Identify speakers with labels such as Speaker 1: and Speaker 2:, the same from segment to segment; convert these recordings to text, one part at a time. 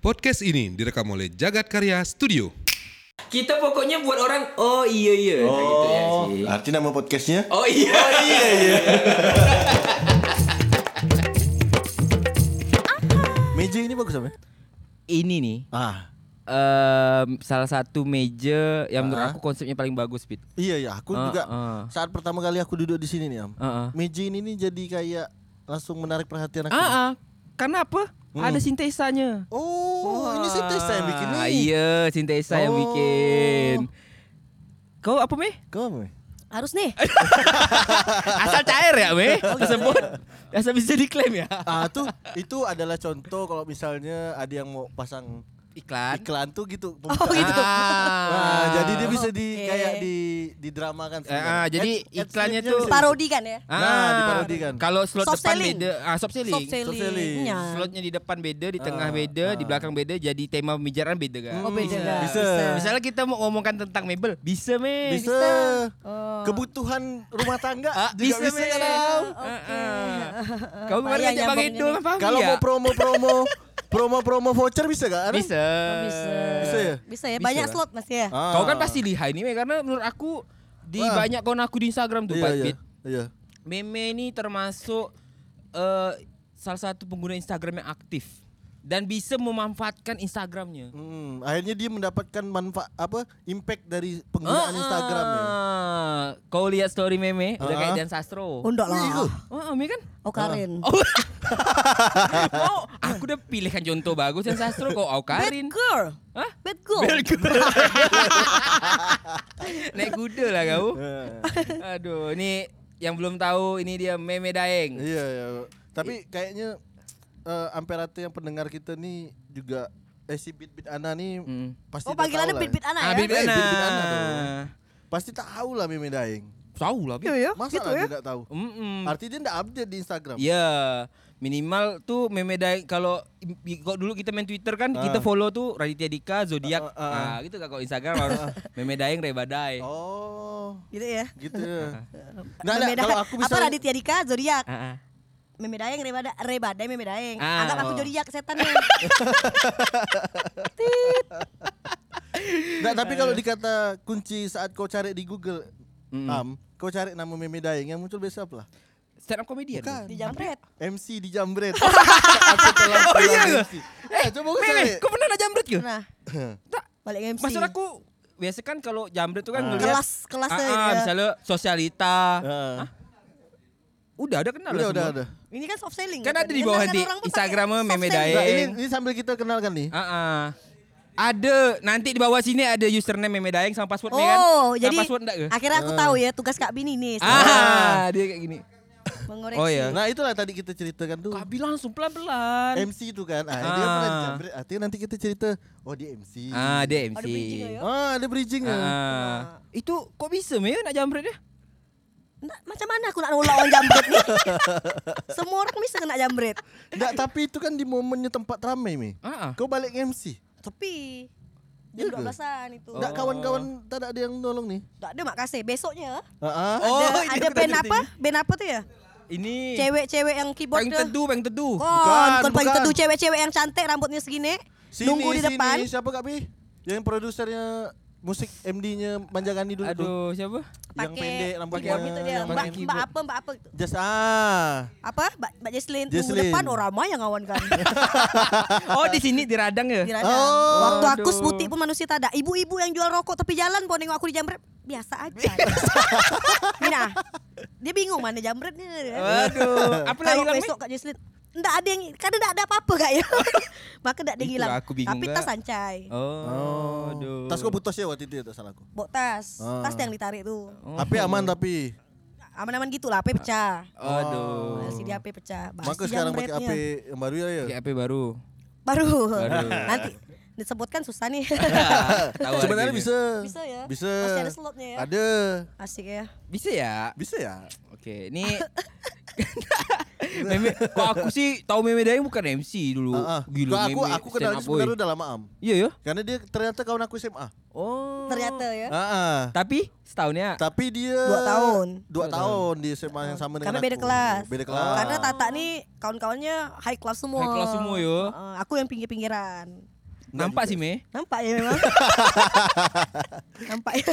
Speaker 1: Podcast ini direkam oleh Jagat Karya Studio.
Speaker 2: Kita pokoknya buat orang oh iya iya Nah, gitu ya
Speaker 3: Oh,
Speaker 2: sih.
Speaker 3: arti nama podcastnya?
Speaker 2: Oh iya iya iya.
Speaker 3: Meja ini bagus apa? ya?
Speaker 2: Ini nih
Speaker 3: Ah,
Speaker 2: em, salah satu meja yang menurut
Speaker 3: Ah.
Speaker 2: aku konsepnya paling bagus Pit.
Speaker 3: iya ya. Aku
Speaker 2: Ah,
Speaker 3: juga
Speaker 2: ah.
Speaker 3: saat pertama kali aku duduk di sini nih, Am.
Speaker 2: Ah, ah.
Speaker 3: Meja ini nih jadi kayak langsung menarik perhatian
Speaker 2: Ah,
Speaker 3: aku.
Speaker 2: ah. karena apa? Ada sintesanya.
Speaker 3: Hmm. Oh, ini sih Tessa yang bikin
Speaker 2: Wah,
Speaker 3: nih.
Speaker 2: Iya, sintesa yang
Speaker 3: Oh.
Speaker 2: bikin. Kau apa meh?
Speaker 3: Kau apa? Mei?
Speaker 4: Harus nih.
Speaker 2: Asal cair ya meh?
Speaker 3: Oh, iya.
Speaker 2: Tersebut. Asal bisa diklaim ya.
Speaker 3: Ah, tuh itu adalah contoh kalau misalnya ada yang mau pasang
Speaker 2: Iklan.
Speaker 3: iklan tuh gitu.
Speaker 4: Oh,
Speaker 3: pembukaan.
Speaker 4: gitu.
Speaker 2: Ah.
Speaker 3: Nah, jadi dia bisa di
Speaker 4: Oke.
Speaker 3: kayak di didramakan
Speaker 2: Eh, ah,
Speaker 3: sebenarnya.
Speaker 2: jadi
Speaker 3: Ad- ad
Speaker 2: iklannya
Speaker 3: slip-nya
Speaker 2: tuh-
Speaker 3: bisa gitu.
Speaker 4: Parodi kan ya.
Speaker 3: Nah, diparodikan.
Speaker 2: Kalau slot
Speaker 4: Soft
Speaker 2: depan
Speaker 4: selling.
Speaker 2: beda, ah, soft selling.
Speaker 4: Soft Iya. sellingnya.
Speaker 2: Slotnya di depan beda, di tengah
Speaker 3: Ah,
Speaker 2: beda, di
Speaker 3: ah.
Speaker 2: belakang beda, jadi tema pembicaraan beda kan?
Speaker 4: Oh beda
Speaker 3: Bisa,
Speaker 4: lah.
Speaker 3: bisa.
Speaker 2: Misalnya kita mau ngomongkan tentang mebel, bisa meh.
Speaker 3: Bisa.
Speaker 4: Oh.
Speaker 3: Kebutuhan rumah tangga
Speaker 2: Ah,
Speaker 3: juga bisa,
Speaker 2: Meh.
Speaker 3: kan, Am?
Speaker 2: Ah, ah. Kau kemarin
Speaker 4: Payah
Speaker 2: ngajak Bang
Speaker 4: nyambungnya
Speaker 2: Edo
Speaker 4: nih.
Speaker 2: sama Fahmi
Speaker 3: Kalau
Speaker 2: ya?
Speaker 3: mau promo-promo promo-promo voucher bisa gak? Aram?
Speaker 2: Bisa.
Speaker 4: Oh, bisa.
Speaker 3: Bisa ya?
Speaker 4: Bisa ya.
Speaker 2: Bisa
Speaker 4: Banyak
Speaker 2: lah.
Speaker 4: slot Mas ya.
Speaker 3: Ah.
Speaker 2: Kau kan pasti lihai nih meh, karena menurut aku di
Speaker 3: Wah.
Speaker 2: banyak kawan aku di Instagram tuh,
Speaker 3: iya,
Speaker 2: Pak
Speaker 3: iya,
Speaker 2: Pit,
Speaker 3: iya.
Speaker 2: Meme ini termasuk eh, salah satu pengguna Instagram yang aktif dan bisa memanfaatkan Instagramnya.
Speaker 3: Hmm, akhirnya dia mendapatkan manfaat apa impact dari penggunaan Instagram ya.
Speaker 2: Ah, Kau lihat story meme, udah kayak
Speaker 3: Ah.
Speaker 2: Dan Sastro.
Speaker 4: Undok lah.
Speaker 3: Wih, lu.
Speaker 2: Oh, meme kan?
Speaker 4: Oh Karin.
Speaker 2: Oh. Mau, aku udah pilihkan contoh bagus Dan Sastro kau Aukarin.
Speaker 4: Bad girl.
Speaker 2: Oh, Hah?
Speaker 4: Bad girl.
Speaker 2: Bel kuda. Naik kuda lah kau. Aduh, ini yang belum tahu ini dia meme Daeng.
Speaker 3: Iya, iya. Tapi kayaknya eh Amperate yang pendengar kita nih juga eh si Bit Bit Ana nih
Speaker 2: Hmm.
Speaker 3: pasti
Speaker 4: Oh
Speaker 3: udah
Speaker 4: panggilannya
Speaker 3: tahu lah.
Speaker 4: bit-bit anak
Speaker 2: Ah,
Speaker 4: ya.
Speaker 2: Bibi
Speaker 3: Eh,
Speaker 2: Ana.
Speaker 3: Bibi Ana dong. Pasti tahu lah Meme Daeng.
Speaker 2: Tahu lah, Bi.
Speaker 4: Iya ya.
Speaker 3: Masa
Speaker 4: Gitu
Speaker 3: lah
Speaker 4: ya.
Speaker 3: dia tidak tahu?
Speaker 2: Mm-mm.
Speaker 3: Artinya dia tidak update di Instagram.
Speaker 2: Ya, minimal tuh meme Daeng kalau i- kok dulu kita main Twitter kan kita follow tuh Raditya Dika, Zodiak.
Speaker 3: Ah, ah, ah.
Speaker 2: Nah, gitu kan kalau Instagram harus meme Daeng Rebadai.
Speaker 3: Oh,
Speaker 4: Gitu ya.
Speaker 3: gitu ya. Nah, nah,
Speaker 4: Memeda-
Speaker 3: kalau aku bisa
Speaker 4: Apa Raditya Dika Zodiak.
Speaker 2: Ah, ah.
Speaker 4: Meme Daeng Reba Reba Daeng Meme Daeng.
Speaker 2: Ah.
Speaker 4: Anggap aku
Speaker 3: Oh.
Speaker 4: Zodiak ya. setannya.
Speaker 3: Nggak, tapi kalau dikata kunci saat kau cari di Google, Am, kau cari nama meme daeng yang muncul biasa apa lah?
Speaker 2: Stand up comedian.
Speaker 3: Bukan.
Speaker 4: Di jambret.
Speaker 3: MC di Jambret. Aku telah
Speaker 2: Oh, iya
Speaker 3: pulang
Speaker 2: ke?
Speaker 3: MC. Eh, coba kau
Speaker 2: Meme,
Speaker 3: cari.
Speaker 2: kau pernah nak jambret ke?
Speaker 4: Nah.
Speaker 2: Tak.
Speaker 4: Balik MC.
Speaker 2: Maksud aku biasa kan kalau jambret tuh kan ngeliat
Speaker 4: kelas kelasnya
Speaker 2: Ah, ah,
Speaker 4: ya.
Speaker 2: misalnya sosialita. Ah,
Speaker 3: Eh,
Speaker 2: Udah ada kenal
Speaker 3: Udah,
Speaker 2: lah
Speaker 3: udah,
Speaker 2: semua.
Speaker 3: udah.
Speaker 4: Ini kan soft selling.
Speaker 2: Kan ada di
Speaker 4: Kan
Speaker 2: bawah
Speaker 4: kan
Speaker 2: nanti
Speaker 4: orang pun pakai
Speaker 2: Instagram
Speaker 4: soft
Speaker 2: meme
Speaker 4: selling.
Speaker 2: Daeng.
Speaker 3: Nggak, Nah, ini, ini sambil kita kenalkan nih.
Speaker 2: Ah, ah. Ada nanti di bawah sini ada username Meme Daeng sama password nih kan?
Speaker 4: Oh,
Speaker 2: Sama
Speaker 4: jadi
Speaker 2: password enggak ke?
Speaker 4: akhirnya
Speaker 3: Ah.
Speaker 4: aku tahu ya tugas Kak Bini nih.
Speaker 2: Ah, dia kayak gini.
Speaker 4: Mengoreksi.
Speaker 2: Oh, iya.
Speaker 3: Nah, itulah tadi kita ceritakan tuh.
Speaker 2: Kak bilang langsung pelan-pelan.
Speaker 3: MC itu kan. Ah, dia
Speaker 2: Ah.
Speaker 3: pernah di Jambret. Artinya nanti kita cerita, oh dia MC.
Speaker 2: Ah, dia MC.
Speaker 4: Ada bridging nggak ya?
Speaker 3: Ah, ada bridgingnya.
Speaker 2: Ah. Itu kok bisa Meme nak jambret dia?
Speaker 4: Nah, macam mana aku nak nolak orang jambret nih? Semua orang bisa kena jambret.
Speaker 3: Nggak, tapi itu kan di momennya tempat ramai, Mi.
Speaker 2: Ah, ah.
Speaker 3: Kau balik MC.
Speaker 4: Tapi jam
Speaker 3: Iya ke?
Speaker 4: 12-an itu.
Speaker 2: Oh.
Speaker 3: Nggak, kawan-kawan tak ada yang nolong nih.
Speaker 4: Tak ada mak kasih besoknya.
Speaker 3: Ah, ah.
Speaker 2: Oh,
Speaker 4: ada,
Speaker 2: ini
Speaker 4: ada
Speaker 2: aku tak
Speaker 4: band
Speaker 2: ngerti.
Speaker 4: apa? Band apa tuh ya?
Speaker 2: Ini
Speaker 4: Cewek-cewek yang keyboard
Speaker 2: Peng
Speaker 4: tuh.
Speaker 2: teduh, peng teduh.
Speaker 4: Kon, kon pagi
Speaker 3: bukan.
Speaker 4: teduh cewek-cewek yang cantik rambutnya segini. nunggu di depan.
Speaker 3: Siapa Kak Bi? Yang produsernya musik MD-nya Manjagani dulu tuh.
Speaker 2: Aduh, siapa?
Speaker 3: Yang
Speaker 4: pakai
Speaker 3: pendek rambutnya.
Speaker 4: keyboard gitu dia.
Speaker 3: yang pakai
Speaker 4: Mbak, mbak
Speaker 3: keyboard.
Speaker 4: apa, mbak apa gitu.
Speaker 3: Just ah.
Speaker 4: Apa? Mbak, mbak Jesslyn. Nunggu
Speaker 3: Jesslyn.
Speaker 4: depan orang mah yang ngawan kan.
Speaker 2: Oh, di sini di Radang ya?
Speaker 4: Di Radang.
Speaker 3: Oh.
Speaker 4: Waktu aku
Speaker 2: Aduh.
Speaker 4: sebutik pun manusia tak ada. Ibu-ibu yang jual rokok tapi jalan pun nengok aku di jambret. Biasa aja. Mina, dia bingung mana jambretnya.
Speaker 2: Waduh, apa lagi
Speaker 4: Kalau
Speaker 2: kan?
Speaker 4: besok Kak Jesslyn Nggak ada yang Karena nggak ada apa-apa Kak ya Maka nggak ada yang
Speaker 2: Itulah
Speaker 4: hilang
Speaker 2: aku bingung
Speaker 4: Tapi
Speaker 2: juga.
Speaker 4: tas sancai
Speaker 2: Oh, aduh.
Speaker 3: Tas kau putus ya waktu itu ya tak salah aku.
Speaker 4: Bawa tas
Speaker 3: Ah.
Speaker 4: Tas yang ditarik tuh
Speaker 2: Oh. ya?
Speaker 3: HP aman tapi.
Speaker 4: Aman-aman gitu lah HP pecah
Speaker 2: Aduh.
Speaker 4: LCD HP pecah Basi
Speaker 3: Maka sekarang pakai
Speaker 4: jambretnya.
Speaker 3: HP yang baru ya ya.
Speaker 2: Pakai HP baru.
Speaker 4: Baru,
Speaker 2: Baru.
Speaker 4: Nanti Disebutkan susah nih
Speaker 2: Tahu
Speaker 3: Sebenarnya
Speaker 2: harganya.
Speaker 3: bisa.
Speaker 4: Bisa ya?
Speaker 3: Bisa.
Speaker 4: Masih ada slotnya ya?
Speaker 3: Ada.
Speaker 4: Asik ya
Speaker 2: Bisa ya?
Speaker 3: Bisa ya?
Speaker 2: Oke, ini meme, kok aku sih tahu Meme Dayang bukan MC dulu.
Speaker 3: Ah, ah.
Speaker 2: Gila
Speaker 3: Kok aku
Speaker 2: Meme
Speaker 3: aku
Speaker 2: stand
Speaker 3: kenal dia
Speaker 2: up, woy.
Speaker 3: sebenarnya udah lama am.
Speaker 2: Iya ya.
Speaker 3: Karena dia ternyata kawan aku SMA.
Speaker 2: Oh.
Speaker 4: Ternyata ya.
Speaker 3: Ah, ah.
Speaker 2: Tapi setahunnya
Speaker 3: Tapi dia
Speaker 4: Dua tahun.
Speaker 2: Dua
Speaker 3: Dua
Speaker 2: Ah.
Speaker 3: tahun di SMA yang sama dengan
Speaker 4: Karena beda
Speaker 3: aku.
Speaker 4: kelas. Oh.
Speaker 3: Beda kelas.
Speaker 4: Karena Tata nih kawan-kawannya high class semua.
Speaker 2: High class semua, yo.
Speaker 4: Heeh, aku yang pinggir-pinggiran.
Speaker 2: nampak sih Me.
Speaker 4: Nampak ya memang. Nampak ya.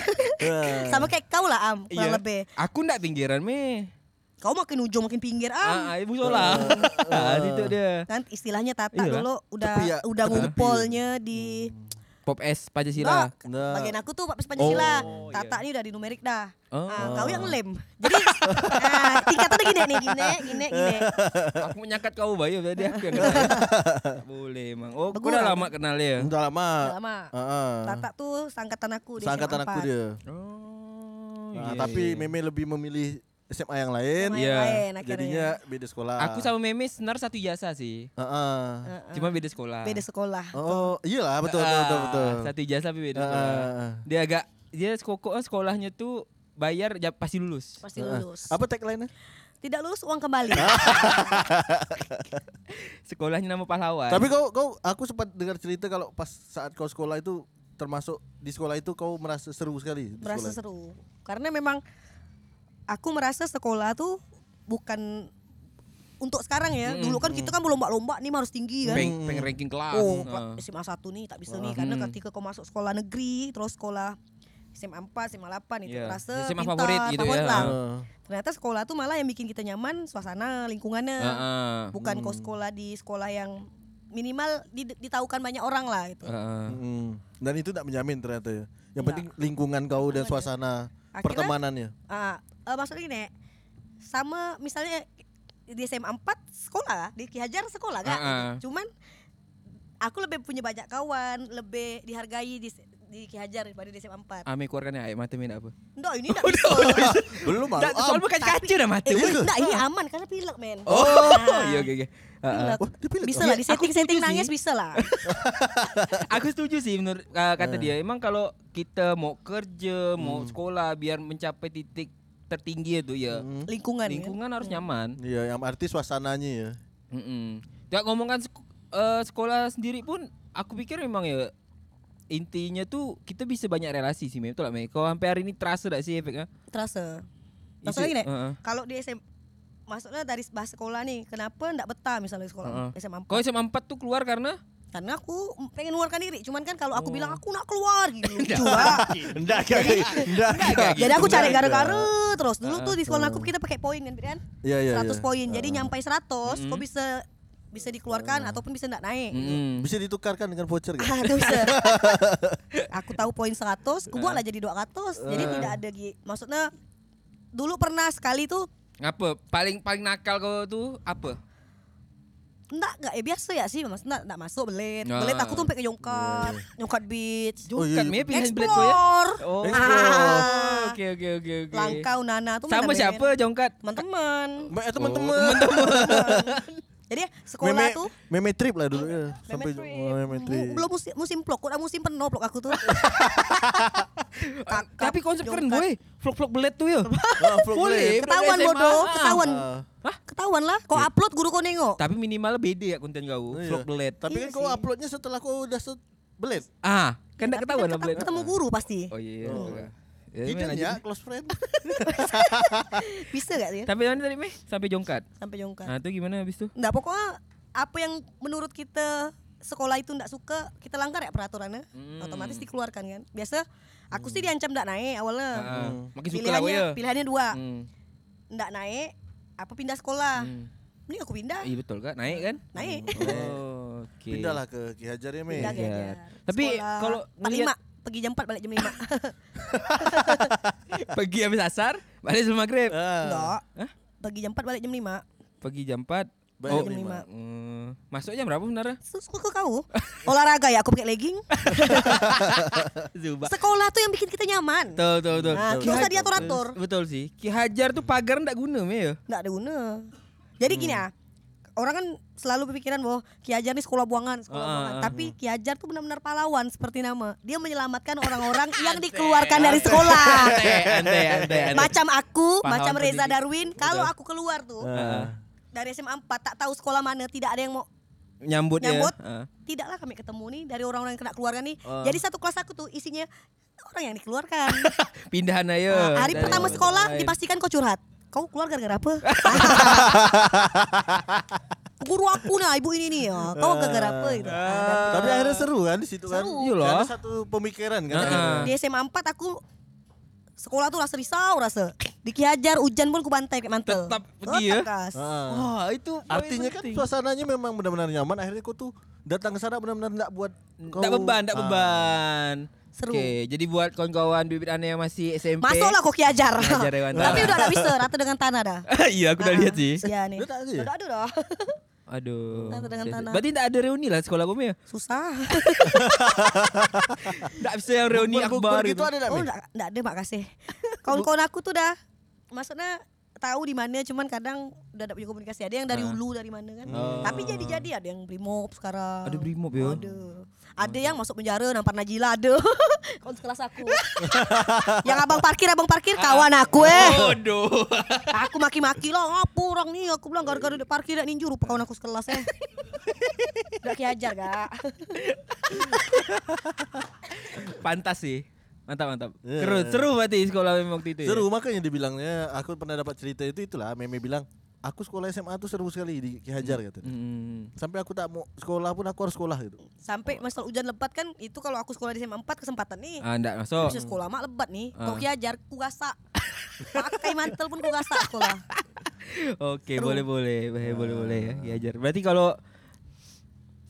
Speaker 3: Nah.
Speaker 4: Sama kayak kau lah Am,
Speaker 2: Iya.
Speaker 4: kurang lebih.
Speaker 2: Aku ndak pinggiran Me.
Speaker 4: Kau makin ujung makin pinggir
Speaker 2: Ah, ah,
Speaker 4: Am.
Speaker 2: ibu
Speaker 3: Oh,
Speaker 2: sola. Ah, itu dia.
Speaker 4: Nanti istilahnya Tata
Speaker 2: Iyalah.
Speaker 4: dulu udah
Speaker 3: Tapi ya,
Speaker 4: udah
Speaker 3: tapi- ya. Hmm.
Speaker 4: ngumpulnya di
Speaker 2: Pop S
Speaker 4: Nah,
Speaker 2: Pancasila.
Speaker 3: Nah.
Speaker 4: bagian aku tuh Pak Pancasila. Tata ini udah di numerik dah.
Speaker 2: iya. Oh.
Speaker 4: Ah, kau yang lem. Jadi nah, tingkatannya gini nih, gini, gini, gini.
Speaker 2: aku menyakat kau bayu tadi aku yang kenal. ya. Tak Boleh emang. Oh, kau udah
Speaker 4: Bergurau.
Speaker 2: lama kenal ya.
Speaker 3: Udah lama.
Speaker 4: Udah lama.
Speaker 3: Ah, ah.
Speaker 4: Tata tuh sangkatan aku dia.
Speaker 3: Seangkatan
Speaker 4: SMA
Speaker 3: aku
Speaker 4: 4.
Speaker 3: dia.
Speaker 2: Oh. iya,
Speaker 3: Nah, tapi
Speaker 2: iya.
Speaker 3: Meme lebih memilih SMA yang lain.
Speaker 4: Sama
Speaker 2: Iya.
Speaker 4: yang lain akhirnya. ya.
Speaker 3: Jadinya beda sekolah.
Speaker 2: Aku sama Meme sebenarnya satu jasa sih.
Speaker 3: Ah, ah.
Speaker 4: Heeh.
Speaker 2: Cuma beda sekolah.
Speaker 4: beda sekolah.
Speaker 3: Oh, iyalah betul betul
Speaker 2: Ah,
Speaker 3: betul. betul.
Speaker 2: Satu jasa tapi beda
Speaker 3: Ah,
Speaker 2: sekolah.
Speaker 3: ah, ah.
Speaker 2: Dia agak dia sekoko sekolahnya tuh bayar ja- pasti lulus.
Speaker 4: Pasti lulus.
Speaker 3: Nah, Apa tagline-nya?
Speaker 4: Tidak lulus uang kembali.
Speaker 2: Ah, Sekolahnya nama pahlawan.
Speaker 3: Tapi kau kau aku sempat dengar cerita kalau pas saat kau sekolah itu termasuk di sekolah itu kau merasa seru sekali di
Speaker 4: merasa
Speaker 3: sekolah.
Speaker 4: seru. Karena memang aku merasa sekolah tuh bukan untuk sekarang ya.
Speaker 2: Hmm,
Speaker 4: Dulu kan kita kan berlomba-lomba nih harus tinggi kan.
Speaker 2: peng, peng ranking kelas.
Speaker 4: Oh,
Speaker 2: Ah.
Speaker 4: SMA 1 nih tak bisa nih karena
Speaker 2: Hmm.
Speaker 4: ketika kau masuk sekolah negeri terus sekolah SMA 4, SMA 8 itu
Speaker 2: Iya.
Speaker 4: terasa
Speaker 2: SMA
Speaker 4: pintar,
Speaker 2: favorit gitu
Speaker 4: favorit
Speaker 2: ya.
Speaker 4: lah.
Speaker 3: Heeh.
Speaker 4: Ternyata sekolah tuh malah yang bikin kita nyaman suasana lingkungannya.
Speaker 2: Ah, ah.
Speaker 4: Bukan kau sekolah di sekolah yang minimal did- ditahukan banyak orang lah gitu.
Speaker 2: Ah, ah.
Speaker 3: Mm. Dan itu tidak menjamin ternyata ya. Yang
Speaker 4: Nggak.
Speaker 3: penting lingkungan kau dan
Speaker 4: Aman Iya. ya.
Speaker 3: suasana
Speaker 4: Akhirnya-
Speaker 3: pertemanannya.
Speaker 4: Ah, eh, maksudnya gini, sama misalnya di SMA 4 sekolah, di Ki Hajar sekolah gak?
Speaker 2: Ah, ah.
Speaker 4: Cuman aku lebih punya banyak kawan, lebih dihargai di di Ki Hajar daripada di SMA 4.
Speaker 2: Ame keluarkan air mata minat apa?
Speaker 4: Nggak, ini
Speaker 2: Oh,
Speaker 4: enggak bisa.
Speaker 3: Belum ah.
Speaker 2: Tak soal bukan kaca dah mata.
Speaker 4: Eh,
Speaker 2: pun.
Speaker 4: enggak, ini aman karena pilek, men.
Speaker 2: Iya, Oh, iya oke oke. Ah, ah.
Speaker 4: Pilek.
Speaker 3: Wah, dia pilek.
Speaker 4: Bisa lah, di
Speaker 2: Iya, aku
Speaker 4: setting-setting
Speaker 2: setuju
Speaker 4: nangis
Speaker 2: sih.
Speaker 4: bisa lah.
Speaker 2: Aku setuju sih menurut uh, kata dia. Emang kalau kita mau kerja, mau sekolah biar mencapai titik tertinggi itu ya
Speaker 3: Hmm. Mm.
Speaker 4: Lingkungan. ya.
Speaker 2: lingkungan harus nyaman.
Speaker 3: Iya, yang arti suasananya ya.
Speaker 2: Mm-mm. Tak ngomongkan sek- eh, sekolah sendiri pun aku pikir memang ya intinya tuh kita bisa banyak relasi sih Mei. Betul lah Mei. Kau sampai hari ini terasa tak sih efeknya?
Speaker 4: Terasa.
Speaker 2: Itu-
Speaker 4: Maksudnya gini,
Speaker 2: Heeh.
Speaker 4: kalau di SM maksudnya dari bahas sekolah nih, kenapa enggak betah misalnya di sekolah
Speaker 2: Heeh.
Speaker 4: SMA 4?
Speaker 2: Kau SMA 4 tuh keluar karena
Speaker 4: Karena aku pengen mengeluarkan diri, cuman kan kalau aku bilang aku nak keluar gitu lucu lah.
Speaker 3: Enggak kayak enggak.
Speaker 2: gitu.
Speaker 4: Jadi aku cari gara-gara terus. Dulu tuh di sekolah aku kita pakai poin kan, Brian?
Speaker 3: Iya, iya, iya.
Speaker 4: 100 poin. Jadi nyampai 100, kok bisa bisa dikeluarkan ataupun bisa enggak naik.
Speaker 2: Mm.
Speaker 3: Bisa ditukarkan dengan voucher gitu.
Speaker 4: Ah, tuh bisa. aku tahu poin 100, aku buatlah jadi 200. Jadi tidak ada gi. Maksudnya dulu pernah sekali tuh
Speaker 2: apa paling paling nakal kau tuh apa?
Speaker 4: enggak enggak ya biasa ya sih Mas. Enggak enggak masuk belit.
Speaker 2: Ah.
Speaker 4: Belit aku tuh sampai ke Yongkat, Yongkat Beach.
Speaker 3: Oh, iya,
Speaker 2: Bukan
Speaker 3: Nah. iya.
Speaker 2: Mei pilihan belet kau ya.
Speaker 4: Explore.
Speaker 2: Oh.
Speaker 4: Ah.
Speaker 2: Oke oke oke oke.
Speaker 4: Langkau Nana tuh
Speaker 2: Sama
Speaker 4: main
Speaker 2: siapa
Speaker 4: belit.
Speaker 2: jongkat?
Speaker 4: Teman-teman.
Speaker 3: Mbak, eh, teman-teman.
Speaker 4: Jadi sekolah
Speaker 3: meme,
Speaker 4: tuh
Speaker 3: meme trip lah dulu ya.
Speaker 4: meme
Speaker 3: Sampai
Speaker 4: trip.
Speaker 3: Oh, meme trip.
Speaker 4: Mu- belum musim musim vlog, udah musim penuh vlog aku tuh. Kakap,
Speaker 2: Eh, Tapi konsep keren boy.
Speaker 4: jongkat.
Speaker 2: Vlog-vlog belet tuh ya.
Speaker 3: Ah, vlog
Speaker 2: Boleh.
Speaker 3: boleh.
Speaker 4: Ketahuan
Speaker 2: Vlog
Speaker 4: bodoh,
Speaker 2: SMA.
Speaker 4: ketahuan.
Speaker 3: Ah.
Speaker 2: Hah?
Speaker 4: Ketahuan lah, kau upload guru kau nengok.
Speaker 2: Tapi minimal beda ya konten kau.
Speaker 3: Iya.
Speaker 2: Vlog belet.
Speaker 3: Tapi kan
Speaker 4: Iya
Speaker 3: kau
Speaker 4: sih.
Speaker 3: uploadnya setelah kau udah set belet.
Speaker 2: Ah, kan
Speaker 4: Tapi
Speaker 2: tak ketahuan lah
Speaker 4: ketemu-
Speaker 2: belet.
Speaker 4: Ketemu guru pasti.
Speaker 2: Oh iya. iya. Ya, Mei,
Speaker 3: Hidden
Speaker 2: lanjut.
Speaker 3: ya, close friend.
Speaker 4: Bisa gak sih?
Speaker 2: Tapi mana tadi Meh? Sampai jongkat.
Speaker 4: Sampai jongkar.
Speaker 2: Nah, itu gimana habis itu?
Speaker 4: Enggak pokoknya apa yang menurut kita sekolah itu enggak suka, kita langgar ya peraturannya.
Speaker 2: Hmm.
Speaker 4: Otomatis dikeluarkan kan. Biasa aku sih diancam enggak naik awalnya. Hmm.
Speaker 2: Ah,
Speaker 3: Hmm.
Speaker 2: makin suka lah kau
Speaker 4: pilihannya,
Speaker 2: ya.
Speaker 4: pilihannya dua.
Speaker 2: Hmm.
Speaker 4: Enggak naik, apa pindah sekolah.
Speaker 2: Hmm.
Speaker 4: Mending aku pindah.
Speaker 2: Iya betul kan? Naik kan?
Speaker 4: Ah. Naik.
Speaker 2: Oh, oke.
Speaker 3: Pindahlah ke Ki Hajar ya, Mei.
Speaker 4: Pindah ke
Speaker 2: Iya.
Speaker 4: Hajar.
Speaker 2: Tapi
Speaker 4: Sekolah
Speaker 2: kalau
Speaker 4: 45
Speaker 2: ngelihat-
Speaker 4: pergi jam 4 balik jam 5.
Speaker 2: Pergi habis asar, balik sebelum
Speaker 3: Ah.
Speaker 2: maghrib.
Speaker 4: Enggak. Pergi jam 4 balik jam 5.
Speaker 2: Pergi jam 4.
Speaker 3: Balik
Speaker 4: jam lima.
Speaker 2: Hmm. Masuk jam berapa sebenarnya?
Speaker 4: Suka kau. Olahraga ya aku pakai legging.
Speaker 2: Zuba.
Speaker 4: Sekolah tuh yang bikin kita nyaman.
Speaker 2: Tuh, tuh, tuh.
Speaker 4: Nah,
Speaker 2: Ki
Speaker 4: nggak usah
Speaker 2: Haj-
Speaker 4: diatur-atur.
Speaker 2: Betul sih. Ki Hajar tuh pagar ndak guna Meh ya.
Speaker 4: Nggak ada guna. Jadi gini
Speaker 2: Hmm.
Speaker 4: ya, orang kan selalu berpikiran bahwa Ki Hajar nih sekolah buangan, sekolah
Speaker 2: Ah,
Speaker 4: buangan.
Speaker 2: ah,
Speaker 4: Tapi Ki Hajar tuh benar-benar pahlawan seperti nama. Dia menyelamatkan orang-orang yang dikeluarkan dari sekolah.
Speaker 2: Eh, Andai, andai, andai. andai.
Speaker 4: macam aku,
Speaker 2: Pahlawan
Speaker 4: macam Reza
Speaker 2: pendidik. Ah.
Speaker 4: Darwin, kalau aku keluar tuh, dari SMA 4 tak tahu sekolah mana, tidak ada yang mau
Speaker 2: Nyambut,
Speaker 4: Nyambut.
Speaker 2: ya. Ah.
Speaker 4: tidaklah kami ketemu nih dari orang-orang yang kena keluarga nih.
Speaker 2: Ah.
Speaker 4: Jadi satu kelas aku tuh isinya orang yang dikeluarkan.
Speaker 2: Pindahan aja.
Speaker 4: Nah, hari
Speaker 2: Eh, Dari
Speaker 4: pertama
Speaker 2: orang
Speaker 4: sekolah
Speaker 2: lain.
Speaker 4: dipastikan kau curhat. Kau keluar gara-gara apa? Guru aku nah ibu ini nih. ya. Kau gara-gara apa gitu.
Speaker 2: Ah.
Speaker 3: Tapi akhirnya seru kan di situ kan.
Speaker 4: Seru.
Speaker 2: Iya lah.
Speaker 3: Ada satu pemikiran kan.
Speaker 2: Heeh.
Speaker 4: Di SMA 4 aku sekolah tuh rasa risau rasa. Dikiajar hujan pun ku bantai kayak mantel.
Speaker 2: Tetap peti ya?
Speaker 4: kas.
Speaker 3: Heeh.
Speaker 2: Wah, itu poin
Speaker 3: Artinya kan
Speaker 2: penting.
Speaker 3: suasananya memang benar-benar nyaman. Akhirnya kau tuh datang ke sana benar-benar enggak buat kau
Speaker 2: Tak beban, tak
Speaker 3: Ah.
Speaker 2: beban.
Speaker 4: Seru.
Speaker 2: Oke, jadi buat kawan-kawan bibit aneh yang masih SMP.
Speaker 4: Masuklah kau kiajar.
Speaker 2: Kiajar hewan tanah.
Speaker 4: Tapi udah gak bisa rata dengan tanah dah.
Speaker 2: Iya, aku udah lihat sih.
Speaker 4: Iya nih.
Speaker 3: Udah tak ada ya?
Speaker 4: Udah ada dah.
Speaker 2: Aduh.
Speaker 4: Tanah dengan
Speaker 2: Sia-
Speaker 4: tanah.
Speaker 2: Berarti tak ada reuni lah sekolah kamu ya?
Speaker 4: Susah.
Speaker 2: Tak bisa yang reuni akbar
Speaker 3: Bukber-bukber gitu ada enggak?
Speaker 4: Oh, enggak, enggak ada makasih. Kawan-kawan aku tuh dah maksudnya tahu di mana cuman kadang udah ada punya komunikasi ada yang dari
Speaker 2: Ah.
Speaker 4: hulu dari mana kan
Speaker 2: Oh.
Speaker 4: tapi jadi-jadi ada yang brimob sekarang
Speaker 2: Ada Brimob ya? Oh.
Speaker 4: ada ada yang masuk penjara nampar Najila ada kawan sekelas aku yang abang parkir abang parkir kawan aku
Speaker 2: Ah.
Speaker 4: eh
Speaker 2: Oh. Aduh.
Speaker 4: aku maki-maki loh ngapa orang nih aku bilang gara-gara dia parkir dak ninju rupa kawan aku sekelas eh udah kiajar gak
Speaker 2: Pantas sih. Mantap, mantap.
Speaker 3: Iya.
Speaker 2: Seru, seru berarti sekolah memang waktu itu. ya?
Speaker 3: Seru makanya dibilangnya aku pernah dapat cerita itu itulah meme bilang aku sekolah SMA tuh seru sekali di Ki Hajar katanya.
Speaker 2: Hmm.
Speaker 3: Sampai aku tak mau sekolah pun aku harus sekolah gitu.
Speaker 4: sampai masalah hujan lebat kan itu kalau aku sekolah di SMA 4 kesempatan nih
Speaker 2: Ah, enggak
Speaker 3: Oh.
Speaker 2: masuk.
Speaker 4: Bisa sekolah mak lebat nih.
Speaker 2: Ah.
Speaker 4: Kau kiajar ku gasak. Pakai mantel pun ku gasak sekolah.
Speaker 2: Oke, boleh boleh,
Speaker 3: Ah.
Speaker 2: boleh boleh boleh ya, diajar. Berarti kalau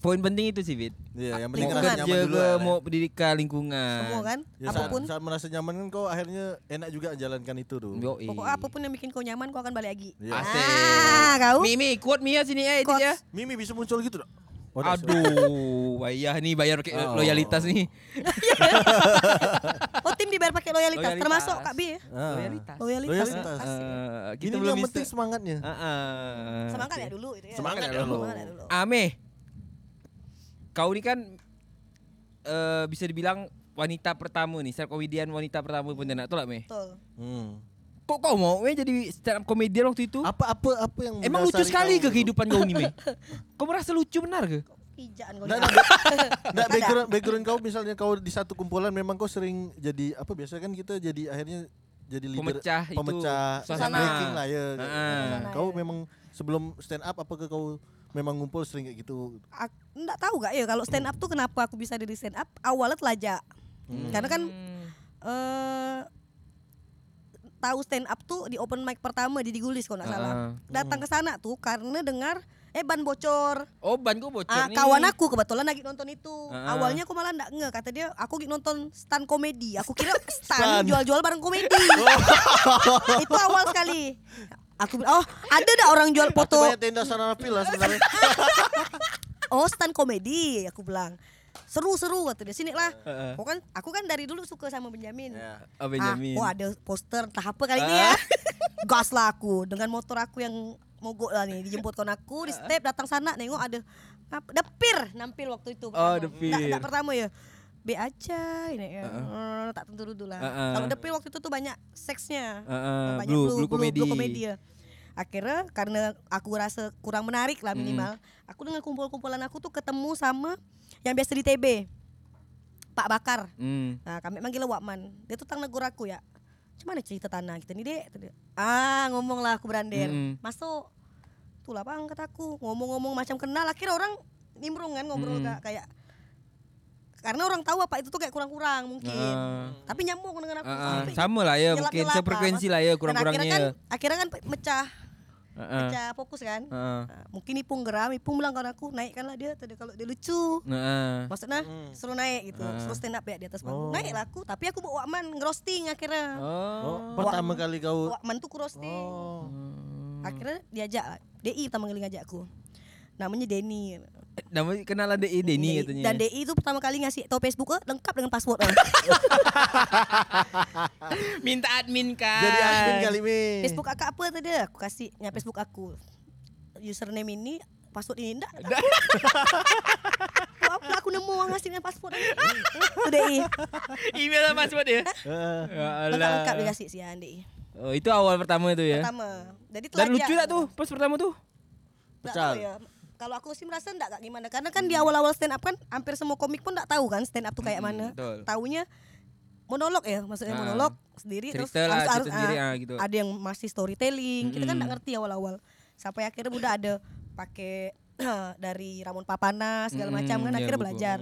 Speaker 2: poin penting itu sih, Fit.
Speaker 3: Iya, yang penting
Speaker 4: Lingkungan
Speaker 3: rasa
Speaker 2: Fokus
Speaker 3: nyaman ya.
Speaker 2: aja
Speaker 3: dulu.
Speaker 2: ke
Speaker 3: lah.
Speaker 2: mau pendidikan lingkungan.
Speaker 4: Semua kan?
Speaker 3: Ya, saat,
Speaker 4: apapun.
Speaker 3: saat merasa nyaman kan kau akhirnya enak juga jalankan itu tuh.
Speaker 2: Yoi.
Speaker 4: Pokoknya apapun yang bikin kau nyaman kau akan balik lagi.
Speaker 3: Iya.
Speaker 2: Asik.
Speaker 4: Ah, kau.
Speaker 2: Mimi, kuat Mia sini ya, itu
Speaker 4: Quotes.
Speaker 2: ya.
Speaker 3: Mimi bisa muncul gitu dah. Oh, dah, sorry.
Speaker 2: Aduh, ayah nih bayar pakai
Speaker 3: Oh.
Speaker 2: loyalitas nih.
Speaker 4: Oh tim dibayar pakai loyalitas,
Speaker 2: Loyalitas.
Speaker 4: termasuk Kak B ya.
Speaker 3: Ah.
Speaker 4: Loyalitas.
Speaker 3: Loyalitas.
Speaker 4: Asik.
Speaker 2: Eh,
Speaker 3: Ini
Speaker 2: kita
Speaker 3: nih
Speaker 2: belum
Speaker 3: yang
Speaker 2: bisa.
Speaker 3: penting semangatnya.
Speaker 2: Ah, ah.
Speaker 4: Semangat ya dulu itu ya.
Speaker 3: Semangat ya dulu.
Speaker 4: Semangat ya dulu.
Speaker 2: Ame, kau ini kan eh, bisa dibilang wanita pertama nih, stand up comedian wanita pertama pun tak lah Mei.
Speaker 4: Betul.
Speaker 3: Hmm.
Speaker 2: Kok kau mau Mei jadi stand up comedian waktu itu?
Speaker 3: Apa apa apa yang
Speaker 2: Emang lucu
Speaker 3: mendasari
Speaker 2: sekali ke
Speaker 3: kau gitu?
Speaker 2: kehidupan kau ini Mei? Kau merasa lucu benar ke?
Speaker 4: Pijakan kau. ya.
Speaker 3: Nggak,
Speaker 4: juga.
Speaker 3: Nggak,
Speaker 4: Ada.
Speaker 3: background, background kau misalnya kau di satu kumpulan memang kau sering jadi apa biasanya kan kita jadi akhirnya jadi leader
Speaker 2: Pemecah itu,
Speaker 3: pemecah
Speaker 2: suasana.
Speaker 3: breaking lah ya.
Speaker 2: Ah.
Speaker 4: Suasana,
Speaker 3: Kau
Speaker 4: ya.
Speaker 3: memang sebelum stand up apa ke kau memang ngumpul sering kayak gitu.
Speaker 4: Aku enggak tahu gak ya kalau stand up tuh kenapa aku bisa jadi stand up? Awalnya telajak.
Speaker 3: Hmm.
Speaker 2: Hmm.
Speaker 4: Karena kan eh tahu stand up tuh di open mic pertama di Digulis kalau nggak salah.
Speaker 2: Ah.
Speaker 4: Datang ke sana tuh karena dengar eh ban bocor.
Speaker 2: Oh ban kau bocor
Speaker 4: Ah,
Speaker 2: nih.
Speaker 4: kawan aku kebetulan lagi nonton itu.
Speaker 2: Ah.
Speaker 4: Awalnya aku malah enggak nge, kata dia aku lagi nonton stand komedi. Aku kira
Speaker 3: Stand.
Speaker 4: stand jual-jual barang komedi. itu awal sekali. Aku bilang, oh ada dah orang jual
Speaker 3: Atau
Speaker 4: foto
Speaker 3: banyak tenda Saranapi lah sebenarnya.
Speaker 4: Oh stand komedi aku bilang seru-seru kata dia sini lah.
Speaker 2: Heeh.
Speaker 4: Aku kan aku kan dari dulu suka sama Benjamin.
Speaker 3: Ya.
Speaker 2: Oh, Benjamin. Ah.
Speaker 4: Ah, oh ada poster entah apa kali ini ya. Gas lah aku dengan motor aku yang mogok lah nih dijemput kawan aku di
Speaker 2: Ah.
Speaker 4: step datang sana nengok ada apa depir nampil
Speaker 2: Oh,
Speaker 4: waktu itu. pertama.
Speaker 2: Depir.
Speaker 4: Nggak- nggak pertama ya. Be aja ini ya.
Speaker 2: Ah.
Speaker 4: Eh, tak tentu dulu lah.
Speaker 2: Heeh.
Speaker 4: Kalau depir waktu itu tuh banyak seksnya.
Speaker 2: Heeh,
Speaker 4: Banyak
Speaker 2: Ah, blue- blue comedy.
Speaker 4: ya. Akhirnya karena aku rasa kurang menarik
Speaker 2: Hmm.
Speaker 4: lah minimal, aku dengan kumpul-kumpulan aku tuh ketemu sama yang biasa di TB. Pak Bakar.
Speaker 2: Hmm.
Speaker 4: Nah, kami manggil Wakman. Dia tuh tang negur aku ya. Cuman cerita tanah kita nih, Dek. Kata dia. Ah, ngomong lah aku berander.
Speaker 2: Mm-mm.
Speaker 4: Masuk. Itulah bang kata aku. Ngomong-ngomong macam kenal. Akhirnya orang nimbrung kan
Speaker 2: Mm.
Speaker 4: ngobrol Kak, kayak karena orang tahu apa itu tuh kayak kurang-kurang mungkin.
Speaker 2: Ah.
Speaker 4: Tapi nyambung dengan
Speaker 2: Ah,
Speaker 4: aku.
Speaker 2: ah.
Speaker 4: sampai
Speaker 2: sama lah ya mungkin
Speaker 4: nyelak-nyelak lah.
Speaker 2: sefrekuensi lah ya
Speaker 4: Dan Akhirnya kan,
Speaker 2: kurang-kurangnya. Ah,
Speaker 4: akhirnya kan pe- mecah,
Speaker 2: Heeh.
Speaker 4: pecah fokus kan.
Speaker 2: Heeh.
Speaker 4: Nah, mungkin Ipung geram, Ipung bilang kawan aku naikkanlah dia tadi kalau dia lucu.
Speaker 2: Heeh.
Speaker 3: Ya.
Speaker 4: Maksudnya suruh naik gitu,
Speaker 2: Ah.
Speaker 4: suruh stand up ya di atas
Speaker 3: Oh.
Speaker 4: panggung. Naik lah aku, tapi aku bawa Wakman ngerosting akhirnya.
Speaker 2: Oh.
Speaker 3: Oh, pertama kali kau
Speaker 4: Wakman tuh ku roasting.
Speaker 3: Oh.
Speaker 4: Akhirnya diajak lah. DI pertama kali ngajak aku. Namanya Denny.
Speaker 2: Namanya kenalan DI Denny
Speaker 4: DI.
Speaker 2: katanya.
Speaker 4: Dan DI itu pertama kali ngasih tau Facebook eh, lengkap dengan password. eh.
Speaker 2: Minta admin kan.
Speaker 3: jadi admin kali Mi.
Speaker 2: Eh.
Speaker 4: Facebook kakak apa tadi? Aku kasih ya, Facebook aku. Username ini password ini enggak. apa aku nemu orang ngasih dengan password ini. Itu DI.
Speaker 2: Email sama password ya.
Speaker 3: Heeh.
Speaker 2: Ya
Speaker 4: Lengkap lengkap
Speaker 2: Allah.
Speaker 4: dikasih sih DI.
Speaker 2: Oh, itu awal pertama itu ya.
Speaker 4: Pertama. Jadi
Speaker 2: Dan lucu lah
Speaker 4: telajak.
Speaker 2: tak tuh pas pertama tuh?
Speaker 4: nggak
Speaker 3: Pecal.
Speaker 4: tahu ya. Kalau aku sih merasa enggak enggak gimana karena kan di
Speaker 2: Hmm.
Speaker 4: awal-awal stand up kan hampir semua komik pun enggak tahu kan stand up tuh kayak
Speaker 2: Mm-mm, Hmm,
Speaker 4: mana.
Speaker 2: betul.
Speaker 4: Taunya monolog ya, maksudnya
Speaker 2: Ah.
Speaker 4: monolog sendiri terus
Speaker 2: Cerita lah,
Speaker 4: harus- harus,
Speaker 2: cerita sendiri
Speaker 4: ah,
Speaker 2: ah gitu.
Speaker 4: ada yang masih storytelling. Kita kan
Speaker 2: Mm-mm.
Speaker 4: enggak ngerti awal-awal. Sampai akhirnya udah ada pakai dari Ramon Papana segala macam
Speaker 2: Mm-mm,
Speaker 4: kan
Speaker 2: iya,
Speaker 4: akhirnya
Speaker 2: buku.
Speaker 4: belajar.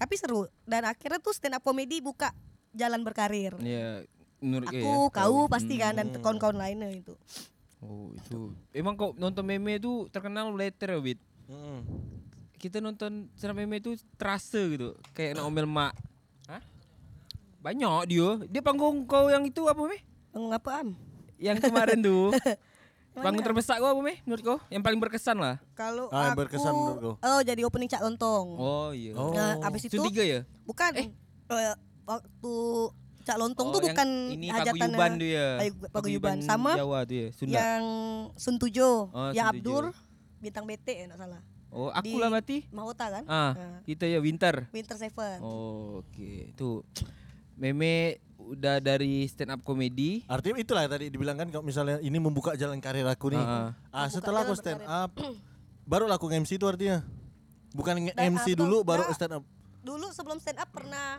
Speaker 4: Tapi seru dan akhirnya tuh stand up comedy buka jalan berkarir.
Speaker 2: Iya, Hmm. menurut
Speaker 4: Aku,
Speaker 2: dia ya,
Speaker 4: kau pasti kan dan
Speaker 3: Mm.
Speaker 4: kawan-kawan lainnya itu.
Speaker 2: Oh, itu. Emang kok nonton meme itu terkenal later, Wit.
Speaker 3: Mm-mm.
Speaker 2: Kita nonton cerita meme itu terasa gitu, kayak nak omel mak. Hah? Banyak dia. Dia panggung kau yang itu apa, Meh?
Speaker 4: Ngapa am?
Speaker 2: Yang kemarin tuh. panggung terbesar kau apa, Meh? Menurut kau? Yang paling berkesan lah.
Speaker 4: Kalau
Speaker 3: Ah, yang
Speaker 4: aku
Speaker 3: berkesan menurutku.
Speaker 4: Oh, jadi opening Cak Lontong.
Speaker 2: Oh, iya.
Speaker 3: Oh.
Speaker 4: Nah, abis itu
Speaker 2: Itu tiga ya?
Speaker 4: bukan eh, waktu Cak Lontong
Speaker 2: Oh,
Speaker 4: tuh
Speaker 2: yang
Speaker 4: bukan
Speaker 2: ini
Speaker 4: hajatan
Speaker 2: paguyuban tuh ya.
Speaker 4: pagu- paguyuban. Sama
Speaker 2: Jawa tuh ya, Sunda.
Speaker 4: yang Sun Tujo,
Speaker 2: Oh, Sun
Speaker 4: yang
Speaker 2: Tujo.
Speaker 4: Abdur bintang BT ya enggak salah.
Speaker 2: oh, aku
Speaker 4: di-
Speaker 2: lah mati.
Speaker 4: Mahota kan?
Speaker 2: Ah,
Speaker 4: Nah,
Speaker 2: kita ya Winter.
Speaker 4: Winter Seven.
Speaker 2: Oh, oke. Tuh. Meme udah dari stand up comedy.
Speaker 3: Artinya itulah yang tadi dibilang kan kalau misalnya ini membuka jalan karir aku nih.
Speaker 2: Ah,
Speaker 3: Ah,
Speaker 4: Membuka
Speaker 3: setelah aku
Speaker 4: jalan
Speaker 3: stand up baru aku MC itu artinya. Bukan nge- MC
Speaker 4: up,
Speaker 3: dulu
Speaker 4: Bang.
Speaker 3: baru
Speaker 4: Nah.
Speaker 3: stand up.
Speaker 4: Dulu sebelum stand up pernah